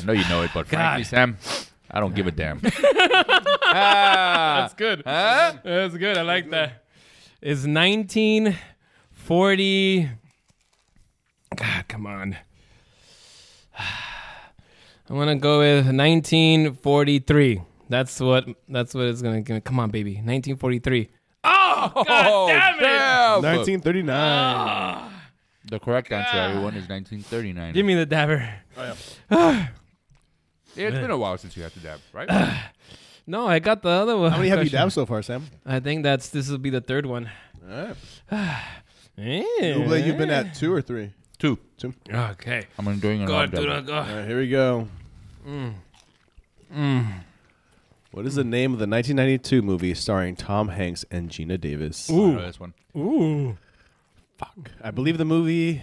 [SPEAKER 6] I know you know it, but frankly, Sam, I don't give a damn.
[SPEAKER 4] That's good.
[SPEAKER 6] Huh?
[SPEAKER 4] That's good. I like that. It's 1940. God, come on. I want to go with 1943. That's what. That's what it's gonna give me. Come on, baby. 1943.
[SPEAKER 6] Oh, God damn
[SPEAKER 5] 1939.
[SPEAKER 6] The correct answer, everyone, is 1939.
[SPEAKER 4] Give me the dabber.
[SPEAKER 6] It's been a while since you had to dab, right?
[SPEAKER 4] No, I got the other one.
[SPEAKER 5] How many have you
[SPEAKER 4] question.
[SPEAKER 5] dabbed so far, Sam?
[SPEAKER 4] I think that's this will be the third one. Eh.
[SPEAKER 5] Uble, you've been at two or three.
[SPEAKER 6] Two.
[SPEAKER 4] okay.
[SPEAKER 6] I'm enjoying
[SPEAKER 4] Go,
[SPEAKER 6] another
[SPEAKER 4] Arturo,
[SPEAKER 6] one.
[SPEAKER 4] go.
[SPEAKER 5] All right, here we go. Mm. What is the name of the 1992 movie starring Tom Hanks and Gina Davis?
[SPEAKER 6] Ooh. This one.
[SPEAKER 5] I believe the movie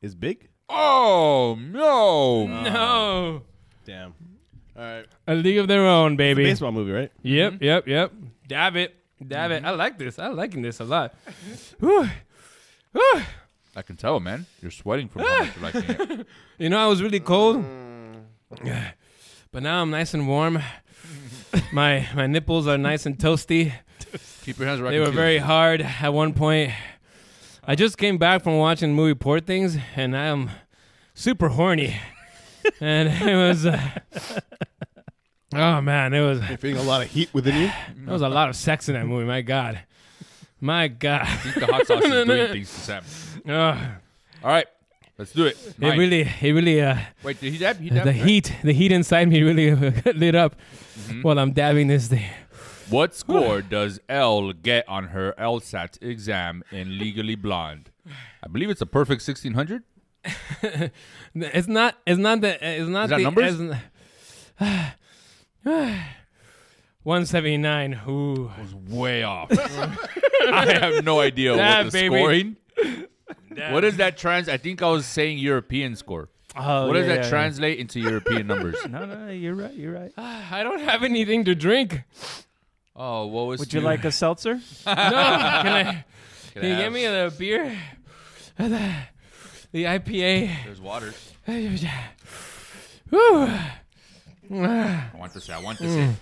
[SPEAKER 5] is big.
[SPEAKER 6] Oh, no.
[SPEAKER 4] No,
[SPEAKER 5] Damn. All right.
[SPEAKER 4] Oh. a league of their own, baby.
[SPEAKER 5] Baseball movie, right?
[SPEAKER 4] Yep, yep, yep. Dab it, dab it. I like this. I liking this a lot. Whew. Whew.
[SPEAKER 6] I can tell, man. You're sweating from how much you're liking it.
[SPEAKER 4] You know, I was really cold, but now I'm nice and warm. my my nipples are nice and toasty.
[SPEAKER 6] Keep your hands right
[SPEAKER 4] They were very hard at one point. I just came back from watching the movie Poor Things, and I'm super horny. and it was, uh, oh man, it was
[SPEAKER 5] You're feeling a lot of heat within you.
[SPEAKER 4] there was a lot of sex in that movie. My God, my God,
[SPEAKER 6] The hot sauce is doing things to Sam.
[SPEAKER 4] Ugh.
[SPEAKER 6] All right. Let's do it.
[SPEAKER 4] it
[SPEAKER 6] Nine.
[SPEAKER 4] really, it really, uh,
[SPEAKER 6] Wait, did he dab? He dab?
[SPEAKER 4] the
[SPEAKER 6] right?
[SPEAKER 4] heat, the heat inside me really lit up
[SPEAKER 6] Mm-hmm.
[SPEAKER 4] while I'm dabbing this thing.
[SPEAKER 6] What score does Elle get on her LSAT exam in Legally Blonde? I believe it's a perfect 1600.
[SPEAKER 4] It's not, it's not the, it's not
[SPEAKER 6] Is that
[SPEAKER 4] the
[SPEAKER 6] numbers?
[SPEAKER 4] One seventy nine. Ooh.
[SPEAKER 7] Oh,
[SPEAKER 6] Way off. I have no idea
[SPEAKER 4] Dab,
[SPEAKER 6] what the
[SPEAKER 4] baby.
[SPEAKER 6] scoring. What is that trans? I think I was saying European score.
[SPEAKER 7] Oh,
[SPEAKER 6] what does
[SPEAKER 7] yeah,
[SPEAKER 6] that
[SPEAKER 7] yeah,
[SPEAKER 6] translate into European numbers?
[SPEAKER 7] yeah. No, no, you're right. You're right.
[SPEAKER 4] I don't have anything to drink.
[SPEAKER 6] Oh, what was?
[SPEAKER 7] Would you like a seltzer?
[SPEAKER 4] No, can I?
[SPEAKER 6] Can
[SPEAKER 4] Can you
[SPEAKER 6] I
[SPEAKER 4] get
[SPEAKER 6] have-
[SPEAKER 4] me the beer? The, the IPA.
[SPEAKER 6] There's water.
[SPEAKER 4] Whew.
[SPEAKER 6] I want to say. I want to say.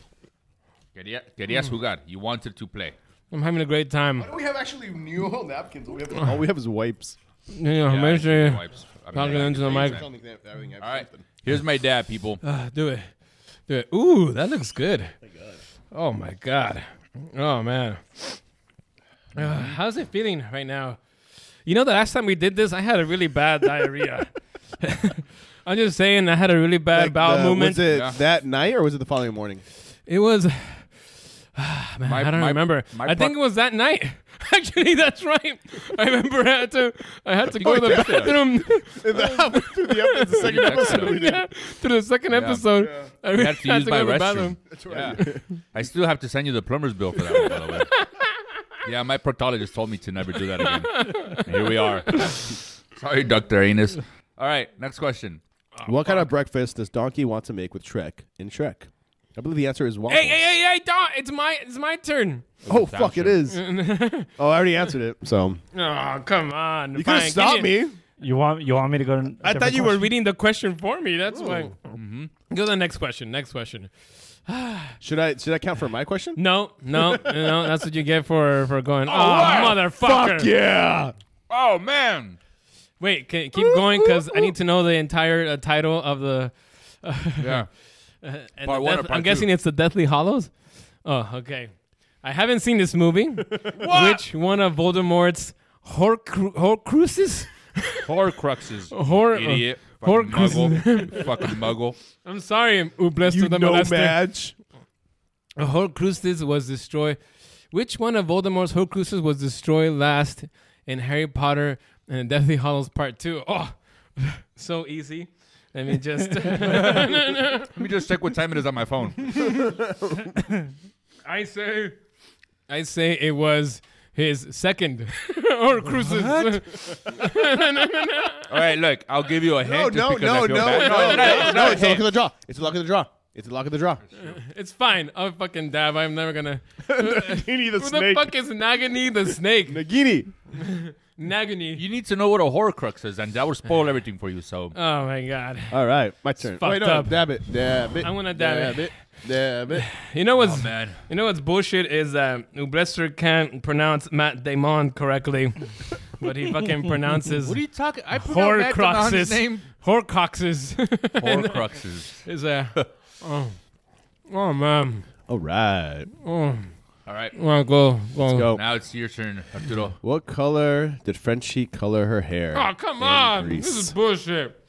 [SPEAKER 6] Quería,
[SPEAKER 4] Mm.
[SPEAKER 6] querías jugar. You wanted to play.
[SPEAKER 4] I'm having a great time.
[SPEAKER 5] We have actually new napkins. We have all we have is wipes.
[SPEAKER 4] You know,
[SPEAKER 6] Yeah,
[SPEAKER 4] make
[SPEAKER 6] I
[SPEAKER 4] sure
[SPEAKER 6] need
[SPEAKER 4] you
[SPEAKER 6] wipes. I mean,
[SPEAKER 4] talking
[SPEAKER 6] I
[SPEAKER 4] into the
[SPEAKER 6] can
[SPEAKER 4] mic.
[SPEAKER 6] use
[SPEAKER 5] All
[SPEAKER 6] that. All
[SPEAKER 5] right.
[SPEAKER 6] right. Here's my dad, people.
[SPEAKER 4] Uh, do it. Do it. Ooh, that looks good. Oh my god. Oh man. Uh, how's it feeling right now? You know, the last time we did this, I had a really bad diarrhea. I'm just saying, I had a really bad
[SPEAKER 6] uh,
[SPEAKER 4] bowel movement.
[SPEAKER 5] uh, Was it
[SPEAKER 6] Yeah.
[SPEAKER 5] that night or was it the following morning?
[SPEAKER 4] It was. man,
[SPEAKER 6] My-
[SPEAKER 4] I don't
[SPEAKER 6] my-
[SPEAKER 4] remember.
[SPEAKER 6] my
[SPEAKER 4] I think it
[SPEAKER 6] pro-
[SPEAKER 4] was that night. Actually, that's right. I remember I had to. I had to go to the
[SPEAKER 6] yeah.
[SPEAKER 4] bathroom
[SPEAKER 5] the, ep- the second
[SPEAKER 6] You
[SPEAKER 5] episode.
[SPEAKER 6] texted
[SPEAKER 5] we
[SPEAKER 6] him.
[SPEAKER 5] did.
[SPEAKER 4] to the second episode. I really
[SPEAKER 6] You have to use my
[SPEAKER 4] go to the
[SPEAKER 6] restroom. Yeah. I still have to send you the plumber's bill for that one, by the way. Yeah, my proctologist told me to never do that again. And here we are. Sorry, Dr. Anus. All right, next question.
[SPEAKER 5] What kind of breakfast does Donkey want to make with Shrek in Shrek? I believe the answer is waffles.
[SPEAKER 4] Hey, hey, hey, hey, Don! It's my, it's my turn.
[SPEAKER 5] oh, fuck, it is. oh, I already answered it. So
[SPEAKER 4] Oh, come on!
[SPEAKER 5] you could have stopped me.
[SPEAKER 7] You want you want me to go? To
[SPEAKER 4] I thought you were reading the question for me. That's why.
[SPEAKER 6] Mm-hmm.
[SPEAKER 4] Go to the next question. Next question.
[SPEAKER 5] Should I? Should I count for my question?
[SPEAKER 4] No, no, no. That's what you get for for going. Oh,
[SPEAKER 6] wow.
[SPEAKER 4] motherfucker!
[SPEAKER 5] Yeah.
[SPEAKER 6] Oh, man.
[SPEAKER 4] Wait, can, keep going because I need to know the entire uh, title of the.
[SPEAKER 6] yeah.
[SPEAKER 4] And
[SPEAKER 6] Part
[SPEAKER 4] the
[SPEAKER 6] one or
[SPEAKER 4] Death-
[SPEAKER 6] part
[SPEAKER 4] I'm guessing
[SPEAKER 6] two?
[SPEAKER 4] it's the Deathly Hollows. Oh, okay. I haven't seen this movie. Which one of Voldemort's horcru- horcruxes?
[SPEAKER 6] Horcruxes.
[SPEAKER 4] Hor-
[SPEAKER 6] idiot.
[SPEAKER 4] uh,
[SPEAKER 6] fucking
[SPEAKER 4] Horcruxes.
[SPEAKER 6] muggle. fucking muggle.
[SPEAKER 4] I'm sorry, Ubless
[SPEAKER 5] You
[SPEAKER 4] to the
[SPEAKER 5] know,
[SPEAKER 4] molester.
[SPEAKER 5] Madge.
[SPEAKER 4] A Horcruxes was destroyed. Which one of Voldemort's Horcruxes was destroyed last in Harry Potter and the Deathly Hollows Part Two? Oh, so easy. Let me just.
[SPEAKER 6] Let me just check what time it is on my phone.
[SPEAKER 4] I say, I say it was his second Horcruxes.
[SPEAKER 6] All right, look, I'll give you a
[SPEAKER 5] No,
[SPEAKER 6] hint.
[SPEAKER 5] Oh, no,
[SPEAKER 6] just because
[SPEAKER 5] no,
[SPEAKER 6] I
[SPEAKER 5] no,
[SPEAKER 6] feel
[SPEAKER 5] no,
[SPEAKER 6] bad.
[SPEAKER 5] no, no,
[SPEAKER 6] no,
[SPEAKER 5] It's a luck of the draw. It's a luck of the draw. It's a luck of the draw.
[SPEAKER 4] It's fine. I'll fucking dab. I'm never gonna.
[SPEAKER 5] Nagini the
[SPEAKER 4] Who the fuck is Nagini the snake?
[SPEAKER 5] Nagini.
[SPEAKER 4] Nagini.
[SPEAKER 6] You need to know what a Horcrux is, and that will spoil everything for you. So
[SPEAKER 4] Oh my god.
[SPEAKER 5] All right, my turn.
[SPEAKER 4] fucked
[SPEAKER 5] Wait, no,
[SPEAKER 4] up.
[SPEAKER 5] dab it, dab it.
[SPEAKER 4] I wanna dab it.
[SPEAKER 5] Dab it.
[SPEAKER 4] You know what's
[SPEAKER 6] Oh, man.
[SPEAKER 4] You know what's bullshit is that Ublester can't pronounce Matt Damon correctly, but he fucking pronounces
[SPEAKER 6] what are you talking? I pronounced Horcruxes.
[SPEAKER 4] Horcruxes.
[SPEAKER 6] name
[SPEAKER 4] Horcruxes
[SPEAKER 6] Horcruxes.
[SPEAKER 4] is a. Oh, oh man.
[SPEAKER 5] All right.
[SPEAKER 4] Oh,
[SPEAKER 6] All right,
[SPEAKER 4] well, go go.
[SPEAKER 5] Go.
[SPEAKER 6] now it's your turn, Arturo.
[SPEAKER 5] What color did Frenchie color her hair?
[SPEAKER 4] Oh come
[SPEAKER 5] in
[SPEAKER 4] on!
[SPEAKER 5] Greece?
[SPEAKER 4] This is bullshit.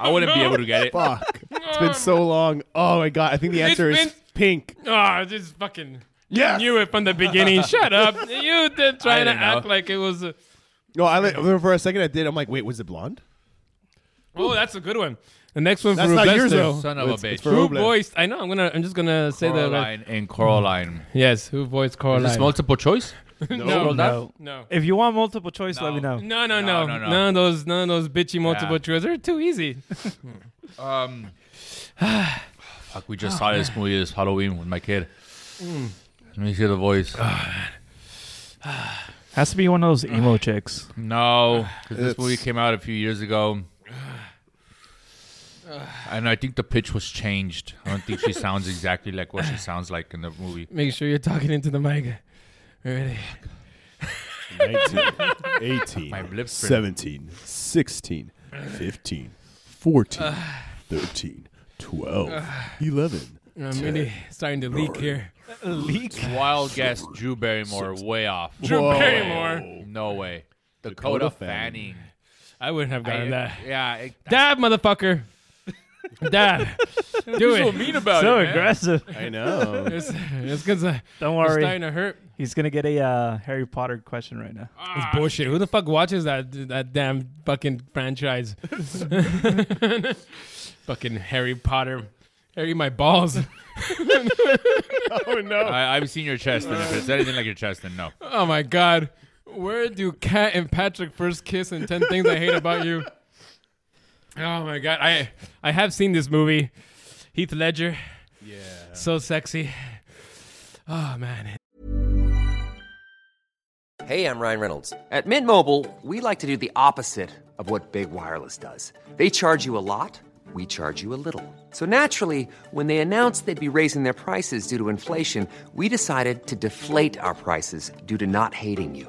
[SPEAKER 6] I wouldn't be able to get it.
[SPEAKER 5] Fuck. It's been so long. Oh my god. I think the
[SPEAKER 4] Um, It's
[SPEAKER 5] answer is
[SPEAKER 4] been-
[SPEAKER 5] pink.
[SPEAKER 4] Ah, this is fucking.
[SPEAKER 5] Yes.
[SPEAKER 4] Knew it from the beginning. Shut up! You did trying to
[SPEAKER 6] didn't know.
[SPEAKER 4] act like it was. A,
[SPEAKER 5] No, I li- for a second I did. I'm like, wait, was it blonde?
[SPEAKER 4] oh, that's a good one. The next one
[SPEAKER 5] That's
[SPEAKER 4] for
[SPEAKER 5] not yours
[SPEAKER 4] Ublester.
[SPEAKER 5] though.
[SPEAKER 6] Son of a
[SPEAKER 5] It's- it's
[SPEAKER 6] bitch.
[SPEAKER 5] for
[SPEAKER 4] Who
[SPEAKER 5] Robles.
[SPEAKER 4] voiced? I know. I'm gonna. I'm just gonna say that. right.
[SPEAKER 6] Coraline and Coraline.
[SPEAKER 4] Yes. Who voiced
[SPEAKER 6] Is
[SPEAKER 4] Coraline?
[SPEAKER 6] this multiple choice?
[SPEAKER 4] no, no,
[SPEAKER 7] No.
[SPEAKER 4] no,
[SPEAKER 7] If you want multiple choice, let me
[SPEAKER 6] No.
[SPEAKER 4] no,
[SPEAKER 7] know.
[SPEAKER 4] no, no,
[SPEAKER 6] No, no, no.
[SPEAKER 4] None of those. None of those bitchy multiple
[SPEAKER 6] Yeah.
[SPEAKER 4] choice. They're too easy.
[SPEAKER 6] Um, fuck, we just saw this movie this Halloween with my kid. Mm. Let me hear the voice.
[SPEAKER 7] Has to be one of those emo chicks.
[SPEAKER 6] No, because this
[SPEAKER 5] It's-
[SPEAKER 6] movie came out a few years ago. And I think the pitch was changed. I don't think she sounds exactly like what she sounds like in the movie.
[SPEAKER 4] Make sure you're talking into the mic. Ready?
[SPEAKER 5] 19, 18,
[SPEAKER 6] My lips print.
[SPEAKER 5] 17, 16, 15, 14, 13, 12, 11.
[SPEAKER 4] I'm really starting to leak here.
[SPEAKER 7] Leak.
[SPEAKER 6] Wild guess, Drew Barrymore, way off.
[SPEAKER 4] Drew
[SPEAKER 5] Whoa.
[SPEAKER 4] Barrymore.
[SPEAKER 6] No way. Dakota,
[SPEAKER 5] Dakota
[SPEAKER 6] Fanning.
[SPEAKER 5] Fanning.
[SPEAKER 4] I wouldn't have gotten that.
[SPEAKER 6] Yeah. It,
[SPEAKER 4] Dab, motherfucker. Dab. Do
[SPEAKER 6] so
[SPEAKER 4] it.
[SPEAKER 6] mean about
[SPEAKER 7] So
[SPEAKER 6] it. man.
[SPEAKER 7] aggressive.
[SPEAKER 5] I know.
[SPEAKER 4] It's it's because it's
[SPEAKER 7] Don't
[SPEAKER 4] starting
[SPEAKER 7] worry.
[SPEAKER 4] to hurt. Ah,
[SPEAKER 7] He's gonna get a uh, Harry Potter question right now.
[SPEAKER 4] It's bullshit. Who the fuck watches that that damn fucking franchise? fucking Harry Potter. Harry my balls.
[SPEAKER 6] I, I've seen your chest, and if it's anything like your chest, then no.
[SPEAKER 4] Oh my god. Where do Kat and Patrick first kiss and 10 things I hate about you? Oh my god. I I have seen this movie. Heath Ledger. Yeah. So sexy. Oh man.
[SPEAKER 8] Hey, I'm Ryan Reynolds. At Mint Mobile, we like to do the opposite of what Big Wireless does. They charge you a lot, we charge you a little. So naturally, when they announced they'd be raising their prices due to inflation, we decided to deflate our prices due to not hating you.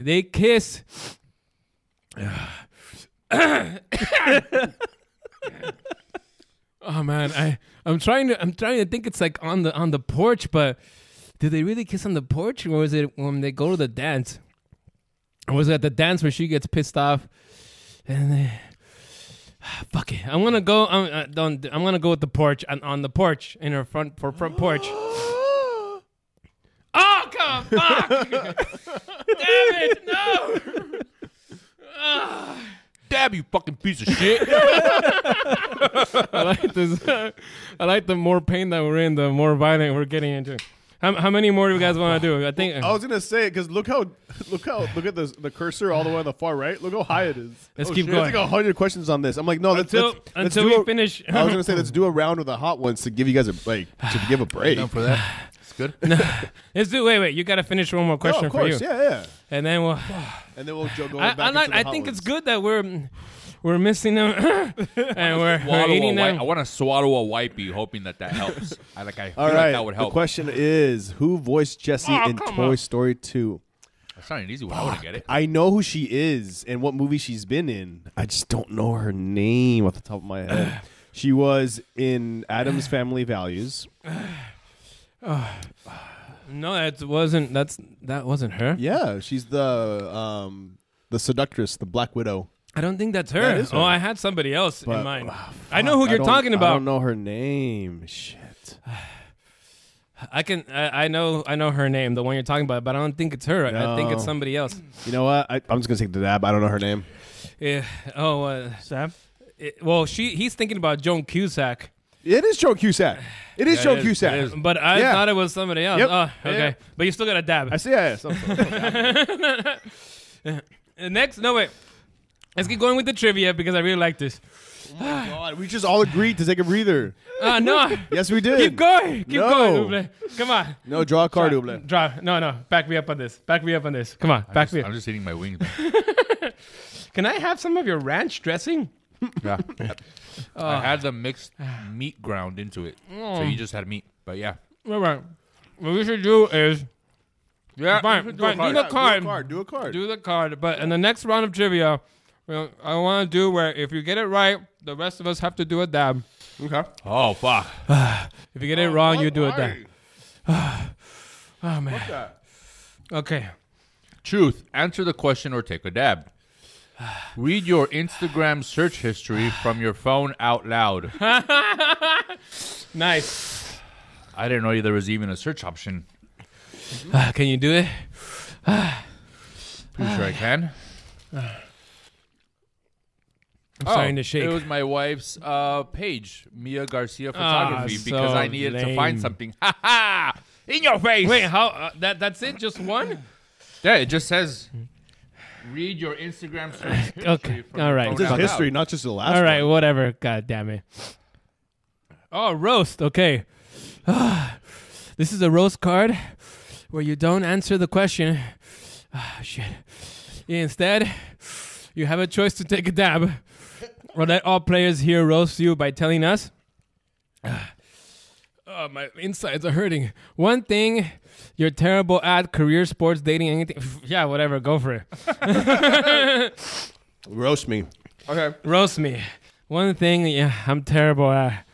[SPEAKER 4] They kiss. oh man, I I'm trying to I'm trying to think it's like on the on the porch, but did they really kiss on the porch, or was it when they go to the dance? Or was it at the dance where she gets pissed off? And they, fuck it, I'm gonna go. I'm uh, don't, I'm gonna go with the porch on, on the porch in her front for front porch. Oh, come fuck! Damn it, no!
[SPEAKER 6] Dab you fucking piece of shit.
[SPEAKER 4] I like this. I like the more pain that we're in, the more violent we're getting into. How, how many more do you guys want to do? I think
[SPEAKER 5] I was gonna say because look how look how look at the the cursor all the way on the far right. Look how high it is. Oh,
[SPEAKER 4] Let's keep
[SPEAKER 5] There's
[SPEAKER 4] going.
[SPEAKER 5] like hundred questions on this. I'm like, no, let's,
[SPEAKER 4] Until-
[SPEAKER 5] let's, let's
[SPEAKER 4] until
[SPEAKER 5] do
[SPEAKER 4] we
[SPEAKER 5] a-
[SPEAKER 4] finish.
[SPEAKER 5] I was gonna say let's do a round with the hot ones to give you guys a break to give a break
[SPEAKER 4] down for
[SPEAKER 5] that. It's
[SPEAKER 6] good.
[SPEAKER 4] Let's do. Wait, wait. You got to finish one more question
[SPEAKER 5] Oh, of course,
[SPEAKER 4] for you.
[SPEAKER 5] yeah, yeah.
[SPEAKER 4] And then we'll.
[SPEAKER 5] And then we'll go
[SPEAKER 4] I,
[SPEAKER 5] back.
[SPEAKER 4] I, like,
[SPEAKER 5] into the
[SPEAKER 4] I
[SPEAKER 5] hot
[SPEAKER 4] think
[SPEAKER 5] ones.
[SPEAKER 4] it's good that we're we're missing them, and we're, we're
[SPEAKER 6] Swallow a
[SPEAKER 4] eating
[SPEAKER 6] wi-
[SPEAKER 4] them.
[SPEAKER 6] I want to swallow a wipey, hoping that that helps. I like. I feel
[SPEAKER 5] All right.
[SPEAKER 6] like that would help.
[SPEAKER 5] The question is, who voiced Jessie
[SPEAKER 6] Oh,
[SPEAKER 5] in
[SPEAKER 6] come
[SPEAKER 5] Toy
[SPEAKER 6] on.
[SPEAKER 5] Story Two?
[SPEAKER 6] That's not an easy one. I wouldn't get it.
[SPEAKER 5] I know who she is and what movie she's been in. I just don't know her name off the top of my head. she was in Adam's Family Values.
[SPEAKER 4] no, that wasn't. That's that wasn't her.
[SPEAKER 5] Yeah, she's the um the seductress, the Black Widow.
[SPEAKER 4] I don't think that's her.
[SPEAKER 5] That is her.
[SPEAKER 4] Oh, I had somebody else
[SPEAKER 5] But-
[SPEAKER 4] in mind.
[SPEAKER 5] ah,
[SPEAKER 4] I know who
[SPEAKER 5] I
[SPEAKER 4] you're
[SPEAKER 5] don't-
[SPEAKER 4] talking
[SPEAKER 5] I
[SPEAKER 4] about.
[SPEAKER 5] don't know her name. Shit.
[SPEAKER 4] I can. I, I know. I know her name, the one you're talking about, but I don't think it's her. I think it's
[SPEAKER 5] No.
[SPEAKER 4] somebody else.
[SPEAKER 5] You know what? I, I'm just gonna take the dab. I don't know her name.
[SPEAKER 4] Yeah. Oh, uh, Sam. well, she. He's thinking about Joan Cusack.
[SPEAKER 5] It is Joe Cusack. It is
[SPEAKER 4] Yeah,
[SPEAKER 5] Joe
[SPEAKER 4] it is.
[SPEAKER 5] Cusack.
[SPEAKER 4] It is. But I
[SPEAKER 5] Yeah.
[SPEAKER 4] thought it was somebody else.
[SPEAKER 5] Yep.
[SPEAKER 4] Oh,
[SPEAKER 5] Yeah,
[SPEAKER 4] okay.
[SPEAKER 5] yeah.
[SPEAKER 4] But you still got a dab.
[SPEAKER 5] I see. Yeah. yeah, so-
[SPEAKER 4] Eh, Next, no wait. Let's keep going with the trivia because I really like this.
[SPEAKER 5] God, we just all agreed to take a breather.
[SPEAKER 4] Ah, no.
[SPEAKER 5] yes, we did.
[SPEAKER 4] Keep going. Keep
[SPEAKER 5] No.
[SPEAKER 4] going, Uble. Come on.
[SPEAKER 5] No, draw a card,
[SPEAKER 4] Draw-
[SPEAKER 5] Uble.
[SPEAKER 4] Draw. No, no. Back me up on this. Back me up on this. Come on. Back me up.
[SPEAKER 6] I'm just eating my wings.
[SPEAKER 4] Can I have some of your ranch dressing?
[SPEAKER 6] yeah.
[SPEAKER 4] Oh.
[SPEAKER 6] I had the mixed meat ground into it, so
[SPEAKER 4] Mm.
[SPEAKER 6] you just had meat. But yeah,
[SPEAKER 4] All right. What we should do is.
[SPEAKER 6] Yeah,
[SPEAKER 4] Fine,
[SPEAKER 6] we should do a
[SPEAKER 4] fine. Do, the
[SPEAKER 6] card. Yeah, do a
[SPEAKER 4] card.
[SPEAKER 6] card, do a card.
[SPEAKER 4] Do the card. But in the next round of trivia, you know, I want to do where if you get it right, the rest of us have to do a dab.
[SPEAKER 6] Okay. Oh fuck.
[SPEAKER 4] If you get it wrong, you do it
[SPEAKER 6] why?
[SPEAKER 4] dab. oh man. Okay.
[SPEAKER 6] Truth. Answer the question or take a dab. Read your Instagram search history from your phone out loud.
[SPEAKER 4] nice.
[SPEAKER 6] I didn't know there was even a search option.
[SPEAKER 4] Ah, can you do it? Ah,
[SPEAKER 6] Pretty sure I can.
[SPEAKER 4] I'm starting to shake.
[SPEAKER 6] Oh, It was my wife's uh, page, Mia Garcia
[SPEAKER 4] Ah,
[SPEAKER 6] Photography,
[SPEAKER 4] so
[SPEAKER 6] because I needed to
[SPEAKER 4] lame.
[SPEAKER 6] find something. Ha ha! In your face.
[SPEAKER 4] Wait, how? Uh, that that's it? Just one?
[SPEAKER 6] Yeah, it just says. Read your Instagram search history.
[SPEAKER 4] Okay.
[SPEAKER 6] from
[SPEAKER 4] All
[SPEAKER 6] your
[SPEAKER 4] right.
[SPEAKER 6] phone
[SPEAKER 5] Just
[SPEAKER 6] out
[SPEAKER 5] history,
[SPEAKER 6] loud.
[SPEAKER 5] not just the last
[SPEAKER 4] All right. Whatever. God damn it. Oh, roast. Okay. this is a roast card where you don't answer the question. Ah, shit. Instead, you have a choice to take a dab or let all players here roast you by telling us. Ah. Oh, my insides are hurting. One thing, you're terrible at career, sports, dating, anything. Yeah, whatever. Go for it.
[SPEAKER 5] Roast me. Okay.
[SPEAKER 4] Roast me. One thing, yeah, I'm terrible at.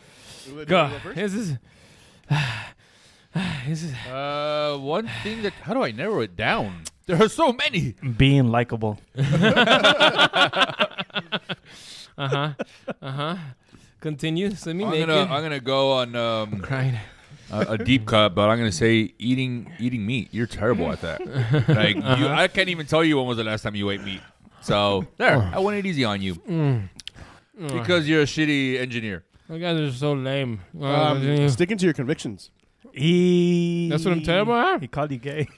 [SPEAKER 6] wanna
[SPEAKER 4] Go.
[SPEAKER 6] go first?
[SPEAKER 4] This is. This is
[SPEAKER 6] Uh, one thing that how do I narrow it down? There are so many.
[SPEAKER 7] Being likable.
[SPEAKER 4] Uh huh. Uh huh. Continue. So me
[SPEAKER 6] I'm
[SPEAKER 4] naked.
[SPEAKER 6] gonna I'm gonna go on um
[SPEAKER 4] crying.
[SPEAKER 6] A, a deep cut, but I'm gonna say eating eating meat. You're terrible at that. Like you,
[SPEAKER 4] Uh-huh.
[SPEAKER 6] I can't even tell you when was the last time you ate meat. So there, I went it easy on you
[SPEAKER 4] Mm.
[SPEAKER 6] because you're a shitty engineer.
[SPEAKER 4] you guys are so lame. Uh,
[SPEAKER 5] Um, sticking Um, to your convictions.
[SPEAKER 4] E
[SPEAKER 7] He.
[SPEAKER 6] That's what I'm terrible at?
[SPEAKER 7] He called you gay.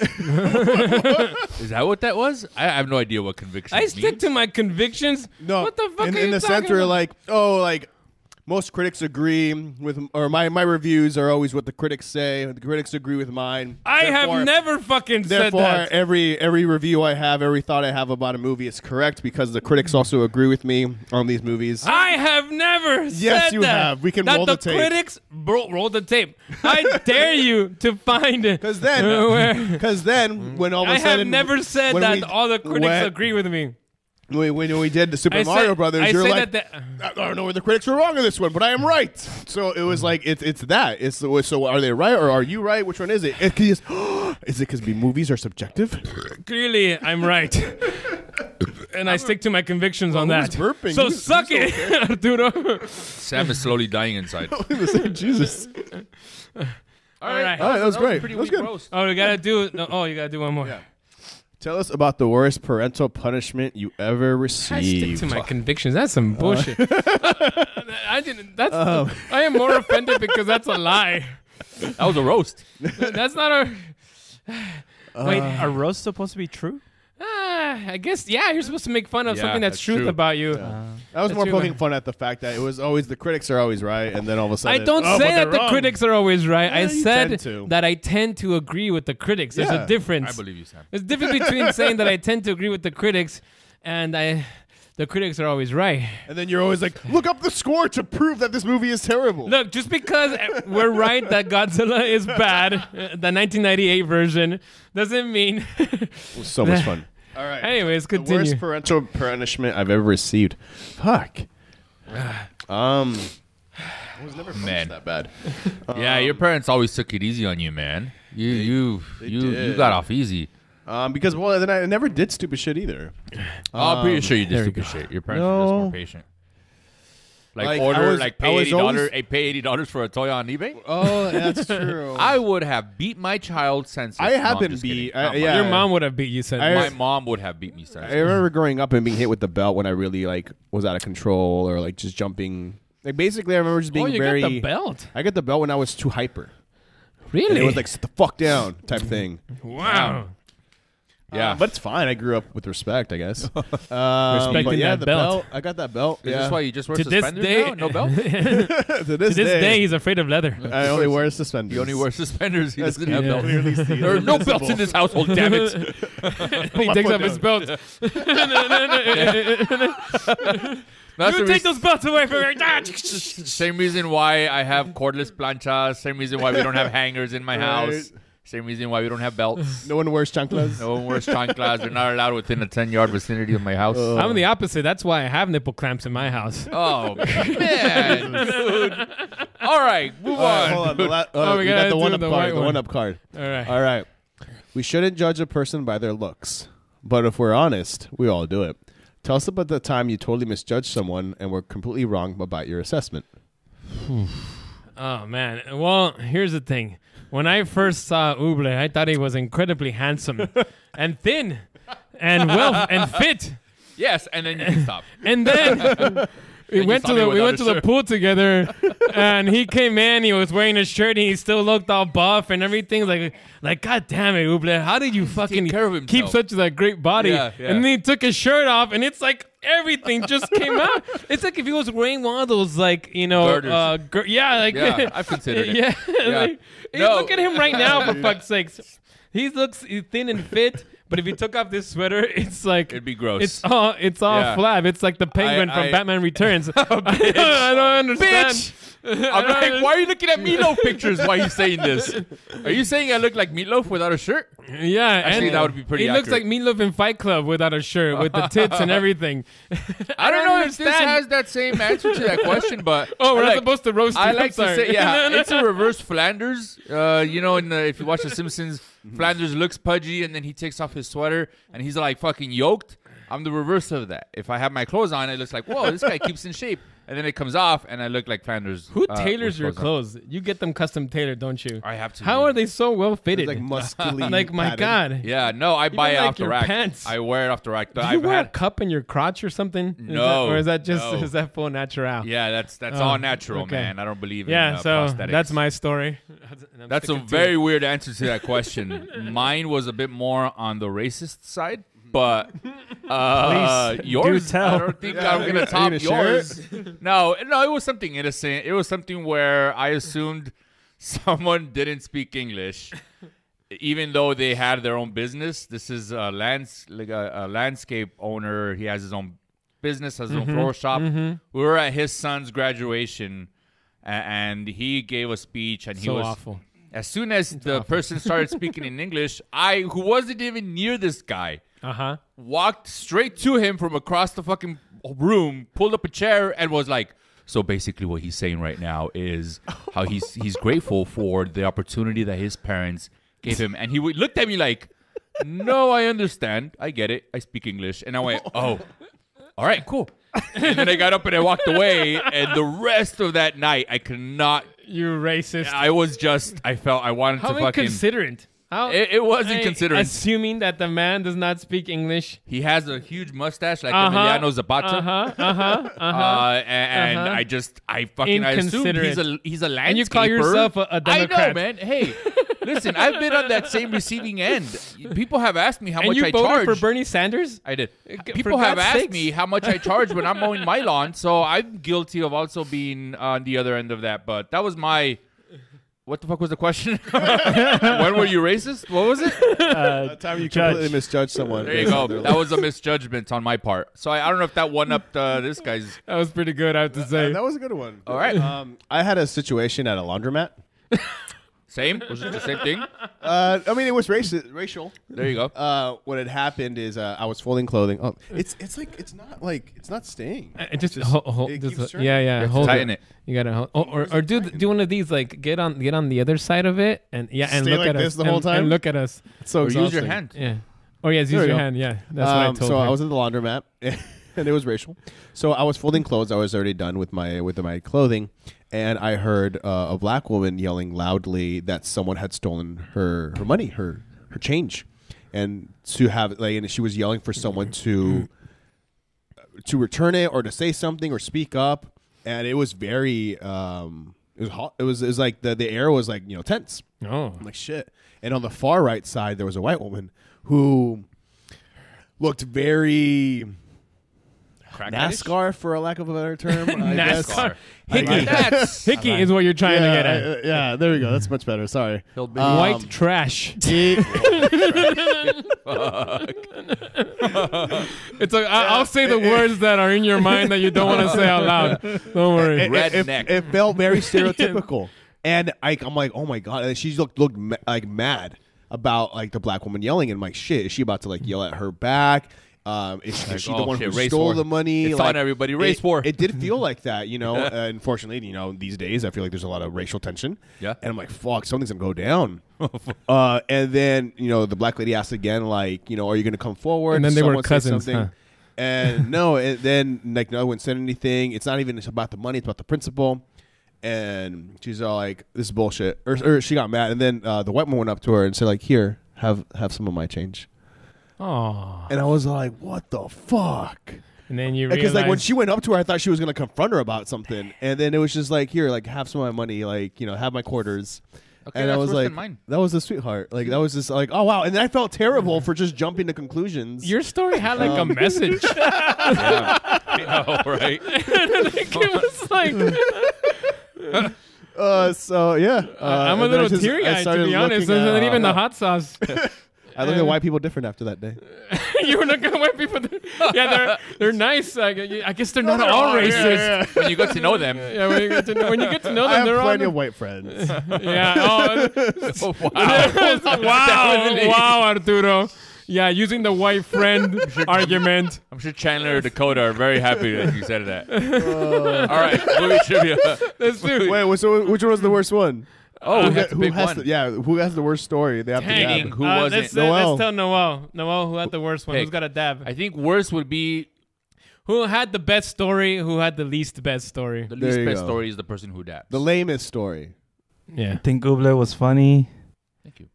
[SPEAKER 6] Is that what that was? I have no idea what conviction.
[SPEAKER 4] I stick to my convictions. No. What the fuck
[SPEAKER 5] in,
[SPEAKER 4] are
[SPEAKER 5] in
[SPEAKER 4] you
[SPEAKER 5] the
[SPEAKER 4] talking
[SPEAKER 5] center,
[SPEAKER 4] about?
[SPEAKER 5] like oh, like most critics agree with, or my my reviews are always what the critics say. The critics agree with mine.
[SPEAKER 4] I
[SPEAKER 5] Therefore-
[SPEAKER 4] have never fucking said
[SPEAKER 5] Therefore, eh,
[SPEAKER 4] that.
[SPEAKER 5] every every review I have, every thought I have about a movie is correct because the critics also agree with me on these movies.
[SPEAKER 4] I have never
[SPEAKER 5] Yes,
[SPEAKER 4] said
[SPEAKER 5] you
[SPEAKER 4] that.
[SPEAKER 5] have. We can
[SPEAKER 4] That
[SPEAKER 5] roll the tape.
[SPEAKER 4] critics bro- roll the tape. I dare you to find it. Because
[SPEAKER 5] then, because then, when all of a
[SPEAKER 4] I
[SPEAKER 5] sudden,
[SPEAKER 4] have never said
[SPEAKER 5] when
[SPEAKER 4] that
[SPEAKER 5] we-
[SPEAKER 4] all the critics
[SPEAKER 5] when-
[SPEAKER 4] agree with me.
[SPEAKER 5] When, when we did the Super
[SPEAKER 4] I said-
[SPEAKER 5] Mario Brothers,
[SPEAKER 4] I
[SPEAKER 5] you're
[SPEAKER 4] said
[SPEAKER 5] like,
[SPEAKER 4] that
[SPEAKER 5] I don't know where the critics were wrong on this one, but I am right. So it was like it's it's that. It's the- so are they right or are you right? Which one is it? It- 'cause- is it because movies are subjective?
[SPEAKER 4] Clearly, I'm right. And I stick to my convictions on
[SPEAKER 6] who's
[SPEAKER 4] that.
[SPEAKER 6] burping?
[SPEAKER 4] So
[SPEAKER 6] Who's-
[SPEAKER 4] suck
[SPEAKER 6] who's
[SPEAKER 4] it, Arturo.
[SPEAKER 6] Sam is slowly dying inside.
[SPEAKER 5] Jesus.
[SPEAKER 4] All right.
[SPEAKER 5] All right, that was That was a great. pretty That was weak good.
[SPEAKER 4] Oh, we gotta do. No, oh, you gotta do one more.
[SPEAKER 5] Tell us about the worst parental punishment you ever received.
[SPEAKER 4] to my convictions. That's some
[SPEAKER 6] Uh-huh.
[SPEAKER 4] bullshit. I didn't. That's.
[SPEAKER 5] Um.
[SPEAKER 4] I am more offended because that's a lie.
[SPEAKER 6] That was a roast.
[SPEAKER 4] That's not a.
[SPEAKER 7] Wait,
[SPEAKER 4] Uh,
[SPEAKER 7] are roasts supposed to be true?
[SPEAKER 4] Ah, I guess yeah. You're supposed to make fun of
[SPEAKER 5] Yeah,
[SPEAKER 4] something that's,
[SPEAKER 5] that's
[SPEAKER 4] truth
[SPEAKER 5] true.
[SPEAKER 4] about you.
[SPEAKER 5] I was
[SPEAKER 4] That's
[SPEAKER 5] more
[SPEAKER 4] true
[SPEAKER 5] poking
[SPEAKER 4] about-
[SPEAKER 5] fun at the fact that it was always the critics are always right, and then all of a
[SPEAKER 4] I
[SPEAKER 5] sudden,
[SPEAKER 4] don't
[SPEAKER 5] "Oh, but
[SPEAKER 4] say
[SPEAKER 5] they're
[SPEAKER 4] that the
[SPEAKER 5] wrong."
[SPEAKER 4] critics are always right. I
[SPEAKER 5] Yeah, you
[SPEAKER 4] said
[SPEAKER 5] tend to.
[SPEAKER 4] that I tend to agree with the critics. There's
[SPEAKER 5] Yeah.
[SPEAKER 4] a difference.
[SPEAKER 5] I believe you, Sam.
[SPEAKER 4] There's a difference between saying that I tend to agree with the critics and I, the critics are always right.
[SPEAKER 5] And then you're always like, look up the score to prove that this movie is terrible.
[SPEAKER 4] Look, just because we're right that Godzilla is bad, uh, the 1998 version, doesn't mean.
[SPEAKER 5] so much fun. All right.
[SPEAKER 4] Anyways,
[SPEAKER 5] The
[SPEAKER 4] continue.
[SPEAKER 5] worst parental punishment I've ever received. Fuck. Um, I was never punished
[SPEAKER 6] Man.
[SPEAKER 5] that bad.
[SPEAKER 6] yeah, your parents always took it easy on you, man. You you you you
[SPEAKER 5] did.
[SPEAKER 6] got off easy.
[SPEAKER 5] Um, because well, then I never did stupid shit either.
[SPEAKER 6] Oh, I'm pretty
[SPEAKER 5] Um,
[SPEAKER 6] sure you did
[SPEAKER 5] there we
[SPEAKER 6] stupid
[SPEAKER 5] go.
[SPEAKER 6] shit. Your parents were just more patient. Like,
[SPEAKER 5] Like, I
[SPEAKER 6] order,
[SPEAKER 5] was-
[SPEAKER 6] like
[SPEAKER 5] I
[SPEAKER 6] pay
[SPEAKER 5] was
[SPEAKER 6] eighty dollars,
[SPEAKER 5] always-
[SPEAKER 6] pay eighty dollars for a toy on eBay.
[SPEAKER 5] Oh, that's true.
[SPEAKER 6] I would have beat my child senseless.
[SPEAKER 5] I
[SPEAKER 6] No, I'm
[SPEAKER 5] have been
[SPEAKER 6] just
[SPEAKER 5] beat.
[SPEAKER 6] kidding.
[SPEAKER 5] I-
[SPEAKER 6] Not my-
[SPEAKER 5] yeah. Your mom
[SPEAKER 4] would have beat you
[SPEAKER 5] senseless.
[SPEAKER 6] My mom would have beat me senseless.
[SPEAKER 5] I remember growing up and being hit with the belt when I really like was out of control or like just jumping. Like basically, I remember just being
[SPEAKER 4] Oh, you got
[SPEAKER 5] very.
[SPEAKER 4] the belt.
[SPEAKER 5] I got the belt when I was too hyper.
[SPEAKER 4] Really?
[SPEAKER 5] And it was like sit the fuck down type thing.
[SPEAKER 4] Wow.
[SPEAKER 5] Yeah, but it's fine. I grew up with respect, I guess. um,
[SPEAKER 4] Respecting
[SPEAKER 5] but yeah,
[SPEAKER 4] that
[SPEAKER 5] the
[SPEAKER 4] belt.
[SPEAKER 5] I got that belt.
[SPEAKER 6] Is
[SPEAKER 5] yeah.
[SPEAKER 6] this why you just wear
[SPEAKER 4] To this
[SPEAKER 6] suspenders
[SPEAKER 4] day-
[SPEAKER 6] now? No belt.
[SPEAKER 5] to this, day,
[SPEAKER 4] he's afraid of leather.
[SPEAKER 5] I only wear suspenders.
[SPEAKER 6] He only wears suspenders. He
[SPEAKER 5] That's
[SPEAKER 6] doesn't have belts.
[SPEAKER 5] clearly seen.
[SPEAKER 6] There are no belts
[SPEAKER 5] Visible.
[SPEAKER 6] in this household. Damn it!
[SPEAKER 4] And he takes off his belt.
[SPEAKER 6] That's
[SPEAKER 4] you
[SPEAKER 6] the
[SPEAKER 4] take those belts away from
[SPEAKER 6] reas-
[SPEAKER 4] me. Ah,
[SPEAKER 6] Same reason why I have cordless planchas. Same reason why we don't have hangers in my house. Same reason why we don't have belts.
[SPEAKER 5] No one wears chanclas.
[SPEAKER 6] No one wears chanclas. They're not allowed within a ten-yard vicinity of my house.
[SPEAKER 4] I'm the opposite. That's why I have nipple clamps in my house.
[SPEAKER 6] Oh man, dude. All right, move
[SPEAKER 5] All right,
[SPEAKER 6] on.
[SPEAKER 5] hold on. The la- uh,
[SPEAKER 4] Oh, we
[SPEAKER 5] we,
[SPEAKER 4] gotta
[SPEAKER 5] got the
[SPEAKER 4] do
[SPEAKER 5] one up
[SPEAKER 4] the white
[SPEAKER 5] card. The
[SPEAKER 4] one.
[SPEAKER 5] one up card.
[SPEAKER 4] All right.
[SPEAKER 5] All right. We shouldn't judge a person by their looks, but if we're honest, we all do it. Tell us about the time you totally misjudged someone and were completely wrong about your assessment.
[SPEAKER 4] Oh man. Well, here's the thing. When I first saw Uble, I thought he was incredibly handsome and thin and well and fit.
[SPEAKER 6] Yes, and then you can stop.
[SPEAKER 4] And then we
[SPEAKER 6] you
[SPEAKER 4] went
[SPEAKER 6] saw
[SPEAKER 4] to
[SPEAKER 6] me
[SPEAKER 4] the we
[SPEAKER 6] without
[SPEAKER 4] went
[SPEAKER 6] a
[SPEAKER 4] to the
[SPEAKER 6] shirt.
[SPEAKER 4] pool together, and he came in. He was wearing a shirt, and he still looked all buff and everything. Like like, God damn it, Uble, how did you fucking keep
[SPEAKER 6] himself.
[SPEAKER 4] such a great body?
[SPEAKER 6] Yeah, yeah.
[SPEAKER 4] And then he took his shirt off, and it's like everything just came out. It's like if he was wearing one of those like you know,
[SPEAKER 6] Girders.
[SPEAKER 4] uh, gir- yeah, like
[SPEAKER 6] Yeah, I've considered it.
[SPEAKER 4] yeah,
[SPEAKER 6] Yeah.
[SPEAKER 4] like, hey,
[SPEAKER 6] No.
[SPEAKER 4] look at him right now for fuck's sakes. He looks thin and fit, but if he took off this sweater, it's like it'd
[SPEAKER 6] be gross.
[SPEAKER 4] It's all it's all
[SPEAKER 6] Yeah.
[SPEAKER 4] flab. It's like the penguin
[SPEAKER 6] I-
[SPEAKER 4] from
[SPEAKER 6] I- Oh,
[SPEAKER 4] Batman Returns. I, don't, I don't understand.
[SPEAKER 6] Bitch!
[SPEAKER 4] I
[SPEAKER 6] I'm
[SPEAKER 4] don't
[SPEAKER 6] like, why are you
[SPEAKER 4] understand.
[SPEAKER 6] looking at meatloaf pictures? Why are you saying this? Are you saying I look like meatloaf without a shirt?
[SPEAKER 4] Yeah,
[SPEAKER 6] Actually,
[SPEAKER 4] and
[SPEAKER 6] that would be pretty
[SPEAKER 4] He looks like
[SPEAKER 6] accurate.
[SPEAKER 4] Meatloaf in Fight Club without a shirt, with the tits and everything.
[SPEAKER 6] I don't know if this
[SPEAKER 4] understand.
[SPEAKER 6] has that same answer to that question, but
[SPEAKER 4] Oh, we're not
[SPEAKER 6] like-
[SPEAKER 4] supposed to roast.
[SPEAKER 6] I
[SPEAKER 4] you.
[SPEAKER 6] like
[SPEAKER 4] I'm
[SPEAKER 6] to
[SPEAKER 4] sorry.
[SPEAKER 6] say, yeah, it's a reverse Flanders. Uh, you know, in the, if you watch The Simpsons, Flanders looks pudgy, and then he takes off his sweater, and he's like fucking yoked. I'm the reverse of that. If I have my clothes on, it looks like, whoa, this guy keeps in shape. and then it comes off, and I look like Flanders.
[SPEAKER 4] Who
[SPEAKER 6] uh,
[SPEAKER 4] tailors
[SPEAKER 6] with
[SPEAKER 4] your
[SPEAKER 6] clothes on.
[SPEAKER 4] clothes? You get them custom tailored, don't you? I
[SPEAKER 6] have to.
[SPEAKER 4] How are they so well fitted?
[SPEAKER 6] like,
[SPEAKER 5] muscly
[SPEAKER 4] Like my god.
[SPEAKER 6] Yeah, no, I
[SPEAKER 4] Even
[SPEAKER 6] buy it
[SPEAKER 4] like
[SPEAKER 6] off the
[SPEAKER 4] your
[SPEAKER 6] rack.
[SPEAKER 4] pants.
[SPEAKER 6] I wear it off the rack.
[SPEAKER 4] Do you
[SPEAKER 6] I've
[SPEAKER 4] wear
[SPEAKER 6] had
[SPEAKER 4] a cup in your crotch or something? Is that-
[SPEAKER 6] No,
[SPEAKER 4] or is that just
[SPEAKER 6] no.
[SPEAKER 4] is that full natural?
[SPEAKER 6] Yeah, that's- that's
[SPEAKER 4] Oh,
[SPEAKER 6] all natural, man. I don't believe in,
[SPEAKER 4] yeah,
[SPEAKER 6] uh,
[SPEAKER 4] so
[SPEAKER 6] prosthetics.
[SPEAKER 4] that's my story. That's, and I'm
[SPEAKER 6] That's a
[SPEAKER 4] sticking to
[SPEAKER 6] very
[SPEAKER 4] it.
[SPEAKER 6] weird answer to that question. Mine was a bit more on the racist side,
[SPEAKER 4] Mm-hmm.
[SPEAKER 6] but uh,
[SPEAKER 7] Please,
[SPEAKER 6] yours,
[SPEAKER 7] do tell.
[SPEAKER 6] I don't think
[SPEAKER 7] Yeah,
[SPEAKER 6] I'm
[SPEAKER 7] are
[SPEAKER 6] going
[SPEAKER 7] you- are you
[SPEAKER 6] to top
[SPEAKER 7] gonna share
[SPEAKER 6] yours. no, no, it was something innocent. It was something where I assumed someone didn't speak English, even though they had their own business. This is a, lands, like a, a landscape owner, he has his own business, has his
[SPEAKER 7] Mm-hmm.
[SPEAKER 4] Mhm,
[SPEAKER 6] own floral shop.
[SPEAKER 4] mhm.
[SPEAKER 6] We were at his son's graduation, a- and he gave a speech, and he
[SPEAKER 4] So
[SPEAKER 6] was
[SPEAKER 4] awful.
[SPEAKER 6] As soon as the person started speaking in English, I, who wasn't even near this guy,
[SPEAKER 4] Uh-huh.
[SPEAKER 6] walked straight to him from across the fucking room, pulled up a chair, and was like. So basically, what he's saying right now is how he's he's grateful for the opportunity that his parents gave him, and he w- looked at me like, "No, I understand. I get it. I speak English." And I went, "Oh, all right, cool." And then I got up and I walked away, and the rest of that night, I could not.
[SPEAKER 4] You racist.
[SPEAKER 6] I was just. I felt I wanted
[SPEAKER 4] How
[SPEAKER 6] to fucking.
[SPEAKER 4] inconsiderate. How,
[SPEAKER 6] It- it was
[SPEAKER 4] I-
[SPEAKER 6] inconsiderate.
[SPEAKER 4] Assuming that the man does not speak English.
[SPEAKER 6] He has a huge mustache like
[SPEAKER 4] Uh-huh,
[SPEAKER 6] Emiliano Zapata.
[SPEAKER 4] uh-huh, uh-huh,
[SPEAKER 6] Uh,
[SPEAKER 4] uh-huh,
[SPEAKER 6] a- and
[SPEAKER 4] uh-huh.
[SPEAKER 6] I just, I fucking, I assumed he's a,
[SPEAKER 4] Inconsiderate.
[SPEAKER 6] he's a landscaper.
[SPEAKER 4] And you call yourself a- a
[SPEAKER 6] I know,
[SPEAKER 4] Democrat.
[SPEAKER 6] man. Hey, listen, I've been on that same receiving end. People have asked me how
[SPEAKER 4] and
[SPEAKER 6] much
[SPEAKER 4] you
[SPEAKER 6] I
[SPEAKER 4] voted
[SPEAKER 6] charge.
[SPEAKER 4] for Bernie Sanders?
[SPEAKER 6] I did.
[SPEAKER 4] for
[SPEAKER 6] People have
[SPEAKER 4] God's
[SPEAKER 6] asked
[SPEAKER 4] sakes.
[SPEAKER 6] me how much I charge when I'm mowing my lawn, so I'm guilty of also being on the other end of that. But that was my. What the fuck was the question? when were you racist? What was it?
[SPEAKER 5] That time you completely misjudged someone.
[SPEAKER 6] There you
[SPEAKER 5] based
[SPEAKER 6] go.
[SPEAKER 5] on their
[SPEAKER 6] That was a misjudgment on my part. So I, I don't know if that one up uh, this guy's. Uh,
[SPEAKER 4] That was pretty good, I have to say.
[SPEAKER 5] that was a good one.
[SPEAKER 6] All right.
[SPEAKER 5] Um, I had a situation at a laundromat.
[SPEAKER 6] Same? Was it the same thing?
[SPEAKER 5] Uh, I mean, it was racist, racial.
[SPEAKER 6] There you go.
[SPEAKER 5] Uh, what had happened is uh, I was folding clothing. Oh, it's it's like it's not like it's not staying.
[SPEAKER 4] It Uh, just, ho- ho-
[SPEAKER 5] it
[SPEAKER 4] just-
[SPEAKER 5] keeps turning.
[SPEAKER 4] yeah, yeah.
[SPEAKER 6] have to
[SPEAKER 4] Hold
[SPEAKER 6] tighten it.
[SPEAKER 4] You gotta hold, oh, or or do do one of these like get on get on the other side of it and yeah and
[SPEAKER 5] Stay
[SPEAKER 4] look
[SPEAKER 5] like
[SPEAKER 4] at
[SPEAKER 5] this
[SPEAKER 4] us
[SPEAKER 5] the whole
[SPEAKER 4] and,
[SPEAKER 5] time?
[SPEAKER 4] and look at us.
[SPEAKER 5] It's so Or use your exhausting.
[SPEAKER 6] hand.
[SPEAKER 4] Oh, Yeah. Or yes,
[SPEAKER 5] There
[SPEAKER 4] use
[SPEAKER 5] we
[SPEAKER 4] your
[SPEAKER 5] go.
[SPEAKER 4] hand. Yeah, that's what I
[SPEAKER 5] Um,
[SPEAKER 4] told.
[SPEAKER 5] So
[SPEAKER 4] her.
[SPEAKER 5] I was at the laundromat, and it was racial. So I was folding clothes. I was already done with my with my clothing, and I heard uh, a black woman yelling loudly that someone had stolen her her money, her her change, and to have like, and she was yelling for someone to to return it or to say something or speak up, and it was very. Um, it was hot. It was, it was like the, the air was like you know tense.
[SPEAKER 4] Oh,
[SPEAKER 5] I'm like shit. And on the far right side, there was a white woman who looked very NASCAR for a lack of a better term. I guess.
[SPEAKER 4] NASCAR.
[SPEAKER 5] I
[SPEAKER 4] Hickey.
[SPEAKER 5] like that.
[SPEAKER 4] That's- Hickey I like is what you're trying to
[SPEAKER 5] Yeah,
[SPEAKER 4] get at.
[SPEAKER 5] uh, yeah, there we go. That's much better. Sorry. Um,
[SPEAKER 4] Hillbilly. White trash. it's like I, I'll say the words that are in your mind that you don't want to say out loud. Don't worry.
[SPEAKER 5] It, it- it- It, felt very stereotypical, and I, I'm like, oh my god, and she looked looked ma- like mad about like the black woman yelling, and I'm like, shit, is she about to like yell at her back? Um, is, she- is
[SPEAKER 6] Like,
[SPEAKER 5] she
[SPEAKER 6] oh,
[SPEAKER 5] the one
[SPEAKER 6] shit,
[SPEAKER 5] who
[SPEAKER 6] race
[SPEAKER 5] stole
[SPEAKER 6] war.
[SPEAKER 5] the money?
[SPEAKER 6] It's
[SPEAKER 5] like,
[SPEAKER 6] on everybody, race
[SPEAKER 5] it,
[SPEAKER 6] war.
[SPEAKER 5] It did feel like that, you know. uh, unfortunately, you know, these days I feel like there's a lot of racial tension.
[SPEAKER 6] Yeah.
[SPEAKER 5] and I'm like, fuck, something's gonna go down. uh, and then you know, the black lady asked again, like, you know, are you gonna come forward?
[SPEAKER 4] And then they were
[SPEAKER 5] Someone say
[SPEAKER 4] cousins,
[SPEAKER 5] something.
[SPEAKER 4] huh?
[SPEAKER 5] And no, and then like no one said anything. It's not even just about the money; it's about the principle. And she's all like, "This is bullshit," or, or she got mad. And then uh, the white one went up to her and said, "Like, here, have have some of my change."
[SPEAKER 4] Oh,
[SPEAKER 5] And I was like, "What the fuck?"
[SPEAKER 4] and then you
[SPEAKER 5] Because
[SPEAKER 4] realize
[SPEAKER 5] like when she went up to her, I thought she was gonna confront her about something, and then it was just like, "Here, like, have some of my money, like, you know, have my quarters."
[SPEAKER 6] Okay,
[SPEAKER 5] and I
[SPEAKER 6] that's
[SPEAKER 5] was
[SPEAKER 6] worse
[SPEAKER 5] like,
[SPEAKER 6] than mine.
[SPEAKER 5] "That was a sweetheart." Like that was just like, "Oh wow!" And then I felt terrible for just jumping to conclusions.
[SPEAKER 4] your story had like
[SPEAKER 5] Um,
[SPEAKER 4] a message.
[SPEAKER 6] All right.
[SPEAKER 4] like, it was like
[SPEAKER 5] Uh, so yeah, uh,
[SPEAKER 4] I'm a
[SPEAKER 5] and then I
[SPEAKER 4] little
[SPEAKER 5] just- I
[SPEAKER 4] teary eyed to
[SPEAKER 5] started
[SPEAKER 4] be honest.
[SPEAKER 5] looking
[SPEAKER 4] And
[SPEAKER 5] at-
[SPEAKER 4] then even
[SPEAKER 5] uh,
[SPEAKER 4] the hot sauce.
[SPEAKER 5] I looked at white people different after that day.
[SPEAKER 4] you were not gonna wait people. Yeah, they're they're nice. I gu- I guess they're not
[SPEAKER 5] they're
[SPEAKER 4] all
[SPEAKER 5] all- yeah,
[SPEAKER 4] racist.
[SPEAKER 5] yeah,
[SPEAKER 6] When you got to know them.
[SPEAKER 4] Yeah, when you get to know, when you get to know
[SPEAKER 5] I
[SPEAKER 4] them,
[SPEAKER 5] have
[SPEAKER 4] they're
[SPEAKER 5] plenty
[SPEAKER 4] all
[SPEAKER 5] of white friends.
[SPEAKER 4] yeah. Oh,
[SPEAKER 6] Oh, wow.
[SPEAKER 4] wow,
[SPEAKER 6] Definitely.
[SPEAKER 4] wow, Arturo. Yeah, using the white friend argument.
[SPEAKER 6] I'm sure Chandler and Dakota are very happy that you said that.
[SPEAKER 5] Uh,
[SPEAKER 6] All right, movie trivia.
[SPEAKER 4] Let's do it.
[SPEAKER 5] Wait, which one, which one was the worst one?
[SPEAKER 6] Oh, we
[SPEAKER 5] who,
[SPEAKER 6] have
[SPEAKER 5] got-
[SPEAKER 6] to
[SPEAKER 5] who
[SPEAKER 6] pick
[SPEAKER 5] has
[SPEAKER 6] one.
[SPEAKER 5] the yeah? Who has the worst story? They have
[SPEAKER 6] Dang.
[SPEAKER 5] to dab.
[SPEAKER 6] Who
[SPEAKER 4] Uh,
[SPEAKER 6] was
[SPEAKER 4] let's,
[SPEAKER 6] it?
[SPEAKER 4] uh,
[SPEAKER 5] Noel.
[SPEAKER 4] Let's tell Noel. Noel, who had the worst one? Who's
[SPEAKER 6] Pick.
[SPEAKER 4] got a dab?
[SPEAKER 6] I think worse would be
[SPEAKER 4] who had the best story, who had the least best story.
[SPEAKER 6] The
[SPEAKER 5] There
[SPEAKER 6] least
[SPEAKER 5] you
[SPEAKER 6] best
[SPEAKER 5] go.
[SPEAKER 6] story is the person who daps.
[SPEAKER 5] The lamest story.
[SPEAKER 7] I think Gubler was funny.
[SPEAKER 6] Thank you.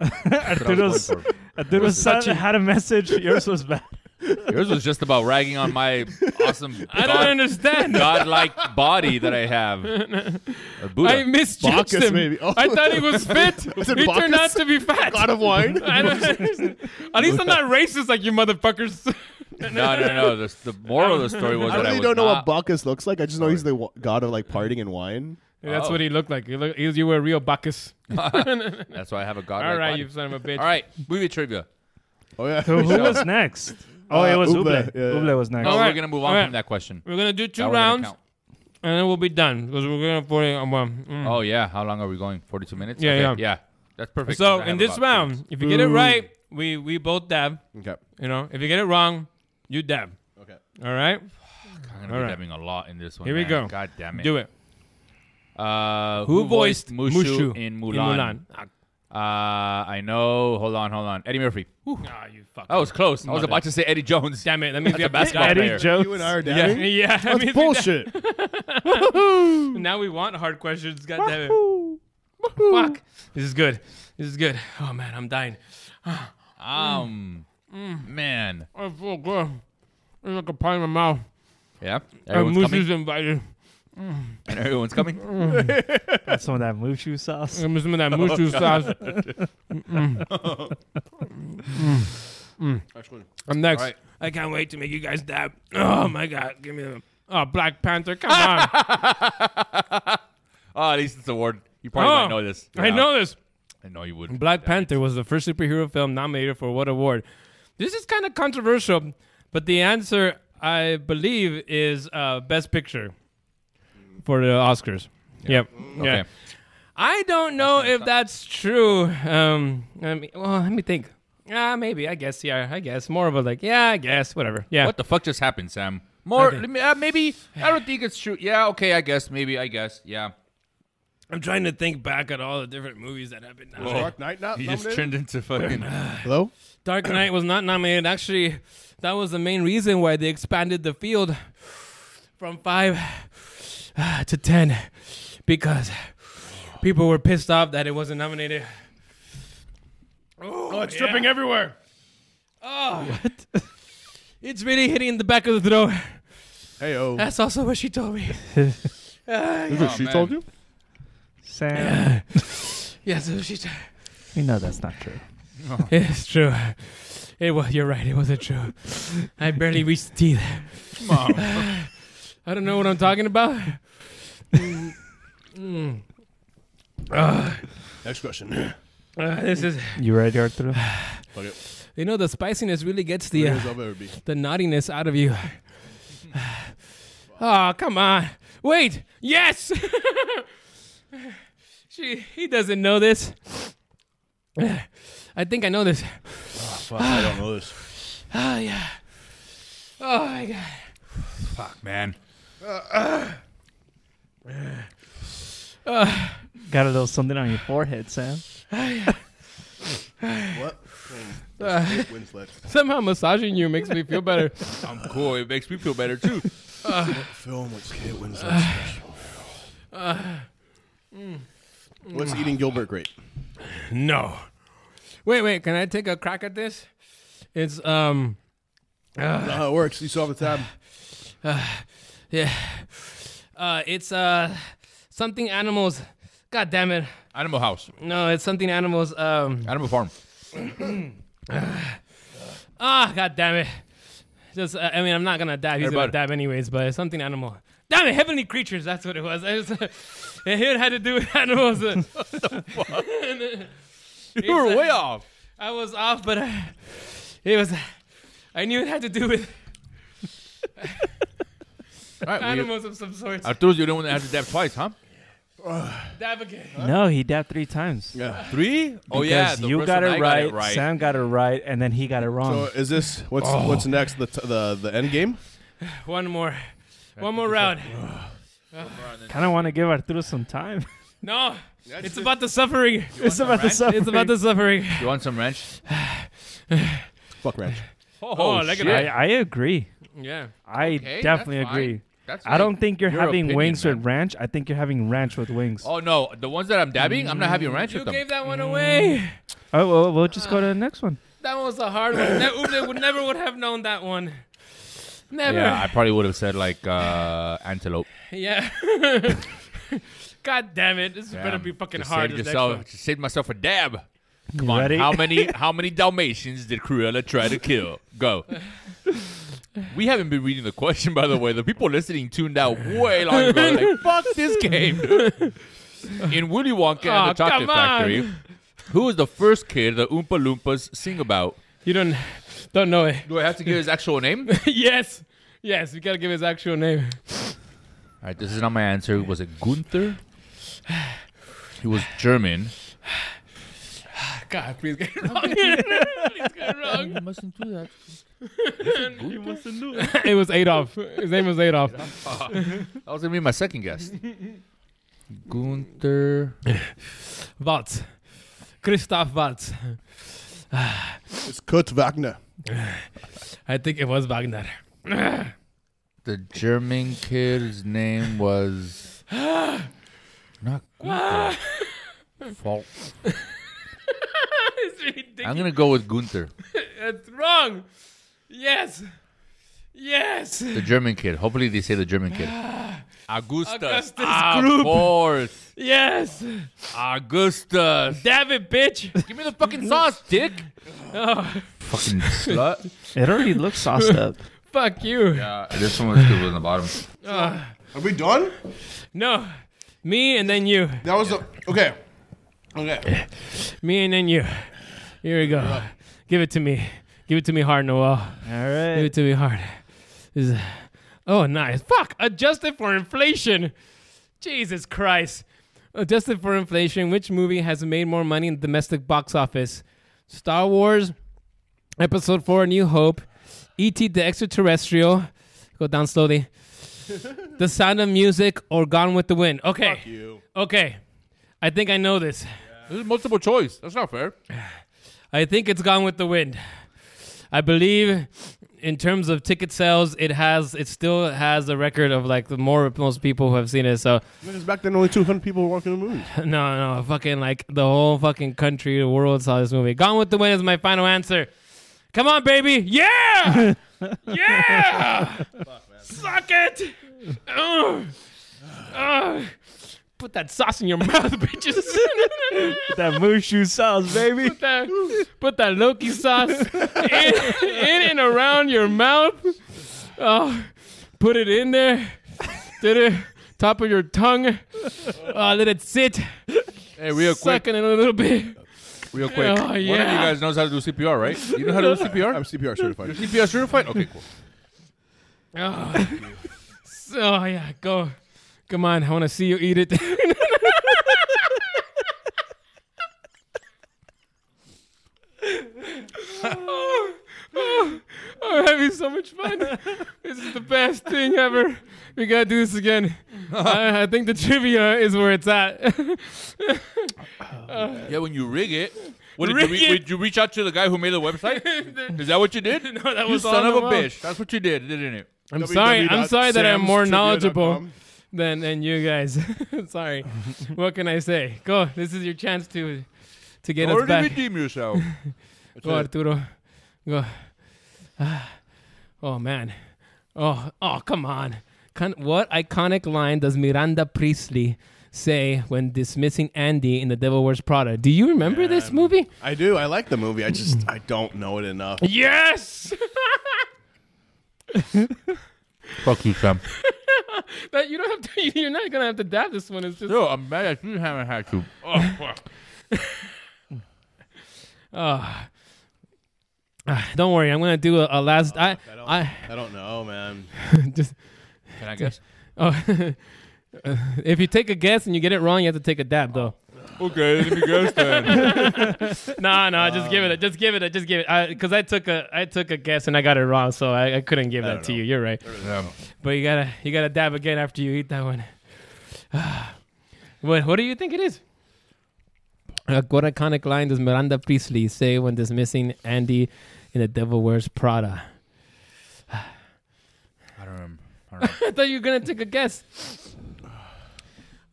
[SPEAKER 7] Arturo's,
[SPEAKER 6] going for.
[SPEAKER 7] Arturo's son
[SPEAKER 6] Such a-
[SPEAKER 7] had a message. Yours was bad.
[SPEAKER 6] Yours was just about ragging on my awesome.
[SPEAKER 4] I don't understand.
[SPEAKER 6] Godlike body that I have. A Buddha.
[SPEAKER 4] I misjudged him. I thought he was fit. he
[SPEAKER 6] Is it
[SPEAKER 4] turned out
[SPEAKER 6] Bacchus?
[SPEAKER 4] to be fat.
[SPEAKER 6] God of wine?
[SPEAKER 4] I don't understand. At least I'm not racist like you motherfuckers.
[SPEAKER 6] no, no, no. The, the moral of the story was
[SPEAKER 5] I
[SPEAKER 6] that
[SPEAKER 5] really
[SPEAKER 6] I was
[SPEAKER 5] don't know
[SPEAKER 6] not
[SPEAKER 5] what Bacchus looks like. I just know he's the wa- god of like partying and wine.
[SPEAKER 4] Yeah, that's what he looked like. You, look, you you were a real Bacchus.
[SPEAKER 6] Oh, That's why I have a god.
[SPEAKER 4] All right, you son of a bitch.
[SPEAKER 6] All right, movie trivia.
[SPEAKER 5] Oh yeah. Uh,
[SPEAKER 7] So who was next? Oh, it was Uble. Uble was next.
[SPEAKER 6] No,
[SPEAKER 4] All right,
[SPEAKER 6] Oh, we're gonna move on
[SPEAKER 4] all right.
[SPEAKER 6] from that question.
[SPEAKER 4] We're gonna do two
[SPEAKER 6] That one
[SPEAKER 4] rounds,
[SPEAKER 6] didn't count.
[SPEAKER 4] and then we'll be done because we're gonna put it on one. Mm.
[SPEAKER 6] Oh yeah, how long are we going? Forty-two minutes.
[SPEAKER 4] Yeah,
[SPEAKER 6] Okay,
[SPEAKER 4] yeah.
[SPEAKER 6] yeah. That's perfect.
[SPEAKER 4] So
[SPEAKER 6] I have
[SPEAKER 4] in this
[SPEAKER 6] about-
[SPEAKER 4] round, if you get it
[SPEAKER 6] Boo.
[SPEAKER 4] right, we we both dab.
[SPEAKER 5] Okay.
[SPEAKER 4] You know, if you get it wrong, you dab.
[SPEAKER 5] Okay.
[SPEAKER 4] All right.
[SPEAKER 6] I'm gonna
[SPEAKER 4] All
[SPEAKER 6] be
[SPEAKER 4] right.
[SPEAKER 6] dabbing a lot in this one.
[SPEAKER 4] Here we
[SPEAKER 6] man.
[SPEAKER 4] go.
[SPEAKER 6] God damn it.
[SPEAKER 4] Do it.
[SPEAKER 6] Uh,
[SPEAKER 4] Who voiced
[SPEAKER 6] Mushu,
[SPEAKER 4] Mushu
[SPEAKER 6] in
[SPEAKER 4] in Ah,
[SPEAKER 6] Mulan? Uh, I know. Hold on, hold on. Eddie Murphy.
[SPEAKER 4] Ah, you fucking.
[SPEAKER 6] That was Oh, close. I was
[SPEAKER 4] mother-
[SPEAKER 6] about to say Eddie Jones.
[SPEAKER 4] Damn it. That means
[SPEAKER 6] That's
[SPEAKER 4] we
[SPEAKER 6] a
[SPEAKER 4] have to
[SPEAKER 6] basketball
[SPEAKER 4] dab.
[SPEAKER 6] player.
[SPEAKER 4] Eddie Jones? You and I are dabbing? Oh, Yeah. Yeah, that
[SPEAKER 5] That's
[SPEAKER 4] means we
[SPEAKER 5] bullshit.
[SPEAKER 4] now we want hard questions. God damn it. Fuck. This is good. This is good. Oh man, I'm dying.
[SPEAKER 6] Um, man.
[SPEAKER 4] I feel good. It's like a pie in my mouth.
[SPEAKER 6] Yeah. Uh,
[SPEAKER 4] and
[SPEAKER 6] Everyone's
[SPEAKER 4] Mushu's
[SPEAKER 6] coming.
[SPEAKER 4] invited. Mm.
[SPEAKER 6] And everyone's coming.
[SPEAKER 7] Got some of that Mushu sauce.
[SPEAKER 4] Give me some of that Mushu sauce. Mm-mm. Mm. I'm next.
[SPEAKER 6] All right.
[SPEAKER 4] I can't wait to make you guys dab. Oh my god, give me them. Oh, Black Panther, come on.
[SPEAKER 6] Oh, at least it's award. You probably
[SPEAKER 4] Oh,
[SPEAKER 6] might know this.
[SPEAKER 4] I know this.
[SPEAKER 6] I know you would.
[SPEAKER 4] Black Panther was the first superhero film nominated for what award? This is kind of controversial, but the answer I believe is uh, Best Picture for the Oscars. Yep. Yeah.
[SPEAKER 6] Okay.
[SPEAKER 4] I don't know if that's true. Um, I mean, well, let me think. Ah, maybe. I guess. Yeah, I guess. More of a like, yeah, I guess. Whatever. Yeah.
[SPEAKER 6] What the fuck just happened, Sam? More,
[SPEAKER 4] Okay.
[SPEAKER 6] let me- uh, maybe. I don't think it's true. Yeah, okay, I guess. Maybe, I guess. Yeah.
[SPEAKER 4] I'm trying to think back at all the different movies that have been nominated.
[SPEAKER 5] Dark Knight not
[SPEAKER 6] He just
[SPEAKER 5] nominated?
[SPEAKER 6] turned into fucking.
[SPEAKER 5] Hello.
[SPEAKER 4] Dark Knight was not nominated. Actually, that was the main reason why they expanded the field from five uh, to ten because people were pissed off that it wasn't nominated. Oh, it's dripping everywhere. Oh, what? it's really hitting the back of the throat.
[SPEAKER 5] Hey oh.
[SPEAKER 4] That's also what she told me. Uh, Ah,
[SPEAKER 5] Is what
[SPEAKER 6] Oh,
[SPEAKER 5] she
[SPEAKER 6] man.
[SPEAKER 5] told you?
[SPEAKER 7] Sam.
[SPEAKER 4] yes, that's what she told me.
[SPEAKER 7] You know that's not true.
[SPEAKER 4] It's true. It was. You're right. It wasn't true. I barely reached the teeth. I don't know what I'm talking about. Mm.
[SPEAKER 5] Next question.
[SPEAKER 4] Uh, Ah, this is.
[SPEAKER 7] You ready, Arturo?
[SPEAKER 5] Fuck it.
[SPEAKER 4] You know, the spiciness really gets the
[SPEAKER 5] Greatest
[SPEAKER 4] uh,
[SPEAKER 5] I'll ever be.
[SPEAKER 4] the naughtiness out of you. oh, come on. Wait. Yes. she. He doesn't know this. I think I know this.
[SPEAKER 5] Fuck, I don't know this.
[SPEAKER 4] Oh yeah. Oh my god.
[SPEAKER 6] fuck, man.
[SPEAKER 7] Got a little something on your forehead, Sam.
[SPEAKER 5] What? Winslet.
[SPEAKER 4] Somehow massaging you makes me feel better.
[SPEAKER 6] I'm cool. It makes me feel better, too.
[SPEAKER 5] Film was Kate Winslet special. What's eating Gilbert great?
[SPEAKER 4] No. Wait, wait. Can I take a crack at this? It's um.
[SPEAKER 5] Not
[SPEAKER 9] Uh,
[SPEAKER 5] how it works. You saw the tab.
[SPEAKER 4] Yeah. Uh, it's uh something animals. God damn it.
[SPEAKER 6] Animal House.
[SPEAKER 4] No, it's something animals. Um.
[SPEAKER 6] Animal Farm.
[SPEAKER 4] Ah, god damn it. Just uh, I mean, I'm not gonna dab. He's
[SPEAKER 6] Everybody.
[SPEAKER 4] gonna dab anyways, but it's something animal. Damn it, heavenly creatures. That's what it was. I just, it had to do with animals.
[SPEAKER 6] You were way off.
[SPEAKER 4] I was off, but uh, it was. I knew it had to do with
[SPEAKER 6] All right, we-
[SPEAKER 4] animals of some sort.
[SPEAKER 6] Arturo's the only one that had to dab twice, huh?
[SPEAKER 4] Dab again.
[SPEAKER 7] No, he dabbed three times.
[SPEAKER 5] Yeah.
[SPEAKER 6] Three? Oh, yeah.
[SPEAKER 7] Because
[SPEAKER 6] the
[SPEAKER 7] you
[SPEAKER 6] first
[SPEAKER 7] got
[SPEAKER 6] one
[SPEAKER 7] it,
[SPEAKER 6] I
[SPEAKER 7] right, Sam got it right, and then he got it
[SPEAKER 5] So
[SPEAKER 9] Uh,
[SPEAKER 7] wrong.
[SPEAKER 5] is this what's what's next? The t- the the end game.
[SPEAKER 4] One more. One more round.
[SPEAKER 7] kind of want to give Arturo some time.
[SPEAKER 4] No, it's about the suffering.
[SPEAKER 7] it's about the
[SPEAKER 6] ranch?
[SPEAKER 7] suffering.
[SPEAKER 4] It's about the suffering.
[SPEAKER 6] You want some ranch?
[SPEAKER 5] Fuck ranch.
[SPEAKER 6] Oh,
[SPEAKER 4] Oh, look at
[SPEAKER 6] shit.
[SPEAKER 7] I, I agree.
[SPEAKER 4] Yeah.
[SPEAKER 7] I
[SPEAKER 6] Okay,
[SPEAKER 7] definitely
[SPEAKER 6] that's fine.
[SPEAKER 7] agree.
[SPEAKER 6] That's
[SPEAKER 7] I don't
[SPEAKER 6] like
[SPEAKER 7] think you're
[SPEAKER 6] your
[SPEAKER 7] having
[SPEAKER 6] opinion,
[SPEAKER 7] wings with ranch. I think you're having ranch with wings.
[SPEAKER 6] Oh no, the ones that I'm dabbing, I'm not having ranch
[SPEAKER 4] You
[SPEAKER 6] with them.
[SPEAKER 4] gave that one away.
[SPEAKER 7] Oh, well, we'll just go to the next one.
[SPEAKER 4] That one was a hard one. Ne- Ubde would never would have known that one. Never.
[SPEAKER 6] Yeah, I probably would have said like uh, antelope.
[SPEAKER 4] Yeah. God damn it! This is better
[SPEAKER 6] Damn,
[SPEAKER 4] be fucking
[SPEAKER 6] just
[SPEAKER 4] hard.
[SPEAKER 6] Saved
[SPEAKER 4] This next
[SPEAKER 6] yourself,
[SPEAKER 4] one.
[SPEAKER 6] just saved myself a dab.
[SPEAKER 7] You
[SPEAKER 6] Come on,
[SPEAKER 7] ready?
[SPEAKER 6] how many how many Dalmatians did Cruella try to kill? Go. We haven't been reading the question, by the way. The people listening tuned out way long ago. Like, fuck this game. dude." In Willy Wonka
[SPEAKER 4] Aw,
[SPEAKER 6] and the Chocolate
[SPEAKER 4] come on.
[SPEAKER 6] Factory, who was the first kid the Oompa Loompas sing about?
[SPEAKER 4] You don't don't know it.
[SPEAKER 6] Do I have to give his actual name?
[SPEAKER 4] yes, yes. We gotta give his actual name.
[SPEAKER 6] All right, this is not my answer. Was it Gunther? He was German.
[SPEAKER 4] God, please get it wrong. please get it wrong.
[SPEAKER 6] You mustn't do that.
[SPEAKER 4] You mustn't do it was Adolf. His name was Adolf.
[SPEAKER 6] Ah, that was gonna be my second guess. Gunther
[SPEAKER 4] Waltz. Christoph Waltz.
[SPEAKER 9] It's Kurt Wagner.
[SPEAKER 4] I think it was Wagner.
[SPEAKER 6] The German kid's name was not Gunther. Fault.
[SPEAKER 4] it's ridiculous.
[SPEAKER 6] I'm gonna go with Gunther,
[SPEAKER 4] That's wrong. Yes. Yes.
[SPEAKER 6] the German kid. Hopefully they say the German kid. Augustus.
[SPEAKER 4] Augustus
[SPEAKER 6] of
[SPEAKER 4] Gloop.
[SPEAKER 6] course.
[SPEAKER 4] Yes.
[SPEAKER 6] Augustus.
[SPEAKER 4] Damn it, bitch.
[SPEAKER 6] Give me the fucking sauce, dick.
[SPEAKER 4] Oh,
[SPEAKER 6] Fucking slut.
[SPEAKER 7] It already looks sauced up.
[SPEAKER 4] fuck you.
[SPEAKER 6] Yeah, Uh, this one was good on the bottom.
[SPEAKER 9] Are we done?
[SPEAKER 4] No. Me and then you.
[SPEAKER 9] That was a, okay. Okay.
[SPEAKER 4] Me and then you. Here we go. Give it to me. Give it to me hard, Noel. All right. Give it to me hard. This is- oh, nice. Fuck. Adjusted for inflation. Jesus Christ. Adjusted for inflation, which movie has made more money in the domestic box office? Star Wars, Episode 4, A New Hope, E.T. the Extraterrestrial. Go down slowly. the Sound of Music or Gone with the Wind. Okay. Okay. I think I know this.
[SPEAKER 6] This is multiple choice. That's not fair.
[SPEAKER 4] I think it's Gone with the Wind. I believe, in terms of ticket sales, it has it still has a record of like the more most people who have seen it. So
[SPEAKER 9] Because back then, only 200 people were walking the movies.
[SPEAKER 4] no, no, fucking like the whole fucking country, the world saw this movie. Gone with the Wind is my final answer. Come on, baby, yeah, yeah, suck it. Ugh. Ugh. Put that sauce in your mouth, bitches.
[SPEAKER 7] that mooshu sauce, baby.
[SPEAKER 4] put that, put that Loki sauce in, in and around your mouth. Oh, put it in there. Did it top of your tongue. Oh, let it sit.
[SPEAKER 6] Hey, real quick,
[SPEAKER 4] Sucking it a little bit.
[SPEAKER 6] real quick.
[SPEAKER 4] Oh,
[SPEAKER 6] One of you
[SPEAKER 4] yeah.
[SPEAKER 6] guys knows how to do CPR, right? You know how to do CPR?
[SPEAKER 9] I'm CPR certified.
[SPEAKER 6] You're CPR certified? Okay, cool.
[SPEAKER 4] Oh. So, oh, yeah, go. Come on, I want to see you eat it. oh, oh, I'm having so much fun. This is the best thing ever. We gotta do this again. I, I think the trivia is where it's at.
[SPEAKER 6] Yeah, when you rig it. What did,
[SPEAKER 4] Rig
[SPEAKER 6] you re-
[SPEAKER 4] it.
[SPEAKER 6] did you reach out to the guy who made the website? Is that what you did? No,
[SPEAKER 4] that
[SPEAKER 6] you
[SPEAKER 4] was
[SPEAKER 6] son
[SPEAKER 4] all
[SPEAKER 6] of a
[SPEAKER 4] Noel.
[SPEAKER 6] bitch. That's what you did, didn't it?
[SPEAKER 4] I'm sorry. I'm sorry that I'm more knowledgeable
[SPEAKER 9] www.samstrivia.com.
[SPEAKER 4] than than you guys. sorry. what can I say? Go. This is your chance to to get us
[SPEAKER 6] Already
[SPEAKER 4] back.
[SPEAKER 6] redeem yourself.
[SPEAKER 4] Go, Arturo. Go. Ah. Oh man. Oh oh come on. Con- what iconic line does Miranda Priestley say when dismissing Andy in The Devil Wears Prada? Do you remember this movie?
[SPEAKER 9] I do. I like the movie. I just I don't know it enough.
[SPEAKER 4] Yes.
[SPEAKER 6] Fuck you, Sam.
[SPEAKER 4] that you don't have to. You're not gonna have to dab this one. It's just.
[SPEAKER 6] No, I'm mad at you haven't had to. Oh, fuck.
[SPEAKER 4] Ah. Ah, don't worry, I'm gonna do a, a last. I,
[SPEAKER 9] I don't,
[SPEAKER 4] I,
[SPEAKER 9] I, don't know, man.
[SPEAKER 4] just.
[SPEAKER 6] Can I guess?
[SPEAKER 4] Oh, uh, if you take a guess and you get it wrong, you have to take a dab, though.
[SPEAKER 6] Okay, let me guess then.
[SPEAKER 4] Nah, nah, just give it. A, just give it. A, just give it. Because I took a, I took a guess and I got it wrong, so I, I couldn't give that to you. You're right.
[SPEAKER 6] Yeah.
[SPEAKER 4] But you gotta, you gotta dab again after you eat that one. what, what do you think it is? Uh, what iconic line does Miranda Priestley say when dismissing Andy in The Devil Wears Prada? I thought you were gonna take a guess.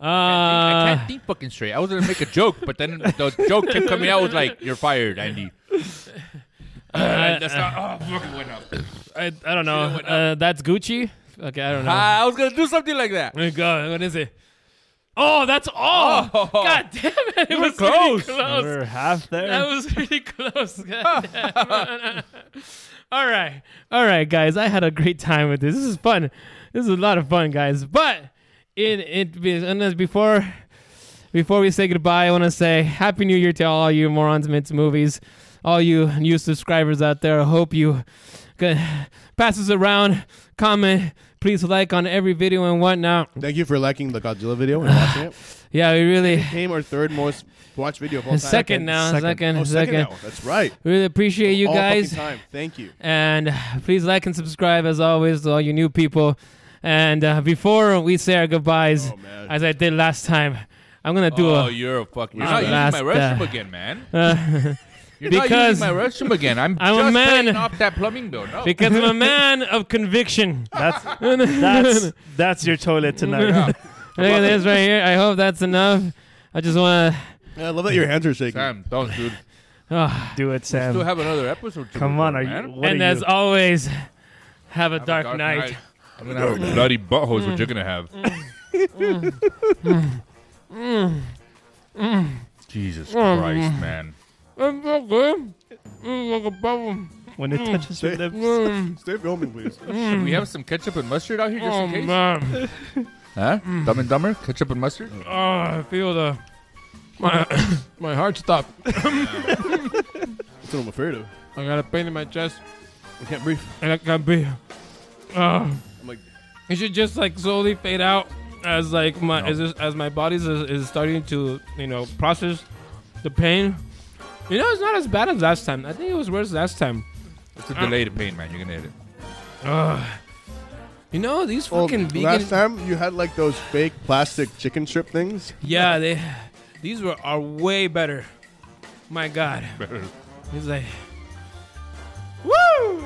[SPEAKER 4] Uh,
[SPEAKER 6] I can't think fucking straight. I was gonna make a joke, but then the joke kept coming out. Was like, "You're fired, Andy."
[SPEAKER 4] Uh,
[SPEAKER 6] that's not. Oh, fucking went up.
[SPEAKER 4] I, I don't know. Uh, that's Gucci. Okay, I don't know.
[SPEAKER 6] Ah, I was gonna do something like that.
[SPEAKER 4] There you go. What is it? Oh, that's all. God damn it! It
[SPEAKER 6] were
[SPEAKER 4] was really
[SPEAKER 6] close.
[SPEAKER 4] close.
[SPEAKER 6] We were half there.
[SPEAKER 4] That was really close. God damn it. all right, all right, guys. I had a great time with this. This is fun. This is a lot of fun, guys. But it it be- and as before before we say goodbye, I want to say Happy New Year to all you morons, mitts, movies, all you new subscribers out there. I hope you g- pass us around, comment, please like on every video and whatnot.
[SPEAKER 9] Thank you for liking the Godzilla video and watching it.
[SPEAKER 4] Yeah, we really
[SPEAKER 9] Became our third most watched video of all time.
[SPEAKER 4] second, now, second,
[SPEAKER 9] Oh, second.
[SPEAKER 4] second.
[SPEAKER 9] now. That's right.
[SPEAKER 4] Really appreciate you
[SPEAKER 9] All fucking
[SPEAKER 4] guys.
[SPEAKER 9] time. Thank you.
[SPEAKER 4] And please like and subscribe as always to all you new people. And uh, before we say our goodbyes, as I did last time, I'm gonna do a.
[SPEAKER 6] Oh, you're a fucking- You're not using
[SPEAKER 4] last,
[SPEAKER 6] my restroom
[SPEAKER 4] uh,
[SPEAKER 6] again, man.
[SPEAKER 4] uh,
[SPEAKER 6] You're not
[SPEAKER 4] because
[SPEAKER 6] using my restroom again. I'm
[SPEAKER 4] I'm a
[SPEAKER 6] just
[SPEAKER 4] man
[SPEAKER 6] paying off that plumbing bill. No.
[SPEAKER 4] Because I'm a man of conviction. That's
[SPEAKER 7] that's that's your toilet tonight.
[SPEAKER 4] Look at this right here. I hope that's enough. I just want to.
[SPEAKER 9] I love that your hands are shaking.
[SPEAKER 6] Sam, don't, dude.
[SPEAKER 7] Do it, Sam.
[SPEAKER 6] still have another episode to
[SPEAKER 7] Come on, are
[SPEAKER 6] record,
[SPEAKER 7] you?
[SPEAKER 6] man.
[SPEAKER 7] What
[SPEAKER 4] Ah, and
[SPEAKER 7] are
[SPEAKER 4] as
[SPEAKER 7] you?
[SPEAKER 4] always, have a dark,
[SPEAKER 6] dark
[SPEAKER 4] night.
[SPEAKER 6] night. I'm gonna have a bloody butthole is what you're gonna have.
[SPEAKER 4] Mm. Mm.
[SPEAKER 6] Jesus
[SPEAKER 4] Mm.
[SPEAKER 6] Christ, man.
[SPEAKER 4] It's so good. It's like a bubble.
[SPEAKER 7] When it
[SPEAKER 4] Mm.
[SPEAKER 7] touches your lips.
[SPEAKER 4] Mm.
[SPEAKER 9] Stay filming, please.
[SPEAKER 6] Should we have some ketchup and mustard out here just
[SPEAKER 4] Oh,
[SPEAKER 6] in case?
[SPEAKER 4] man.
[SPEAKER 6] Huh? Dumb and Dumber? Ketchup and mustard?
[SPEAKER 4] Oh, I feel the my my heart stopped.
[SPEAKER 9] That's what I'm afraid of.
[SPEAKER 4] I got a pain in my chest.
[SPEAKER 9] I can't breathe.
[SPEAKER 4] And I can't breathe. Ugh.
[SPEAKER 9] I'm like-
[SPEAKER 4] it should just like slowly fade out as like my
[SPEAKER 6] No.
[SPEAKER 4] as this, as my body is, is starting to you know process the pain. You know, it's not as bad as last time. I think it was worse last time.
[SPEAKER 6] It's a delayed pain, man. You're gonna hit it.
[SPEAKER 4] Ugh. You know these
[SPEAKER 9] Well,
[SPEAKER 4] fucking vegan.
[SPEAKER 9] Last time you had like those fake plastic chicken strip things.
[SPEAKER 4] Yeah, they these were are way better. My God,
[SPEAKER 6] Better.
[SPEAKER 4] he's like, woo.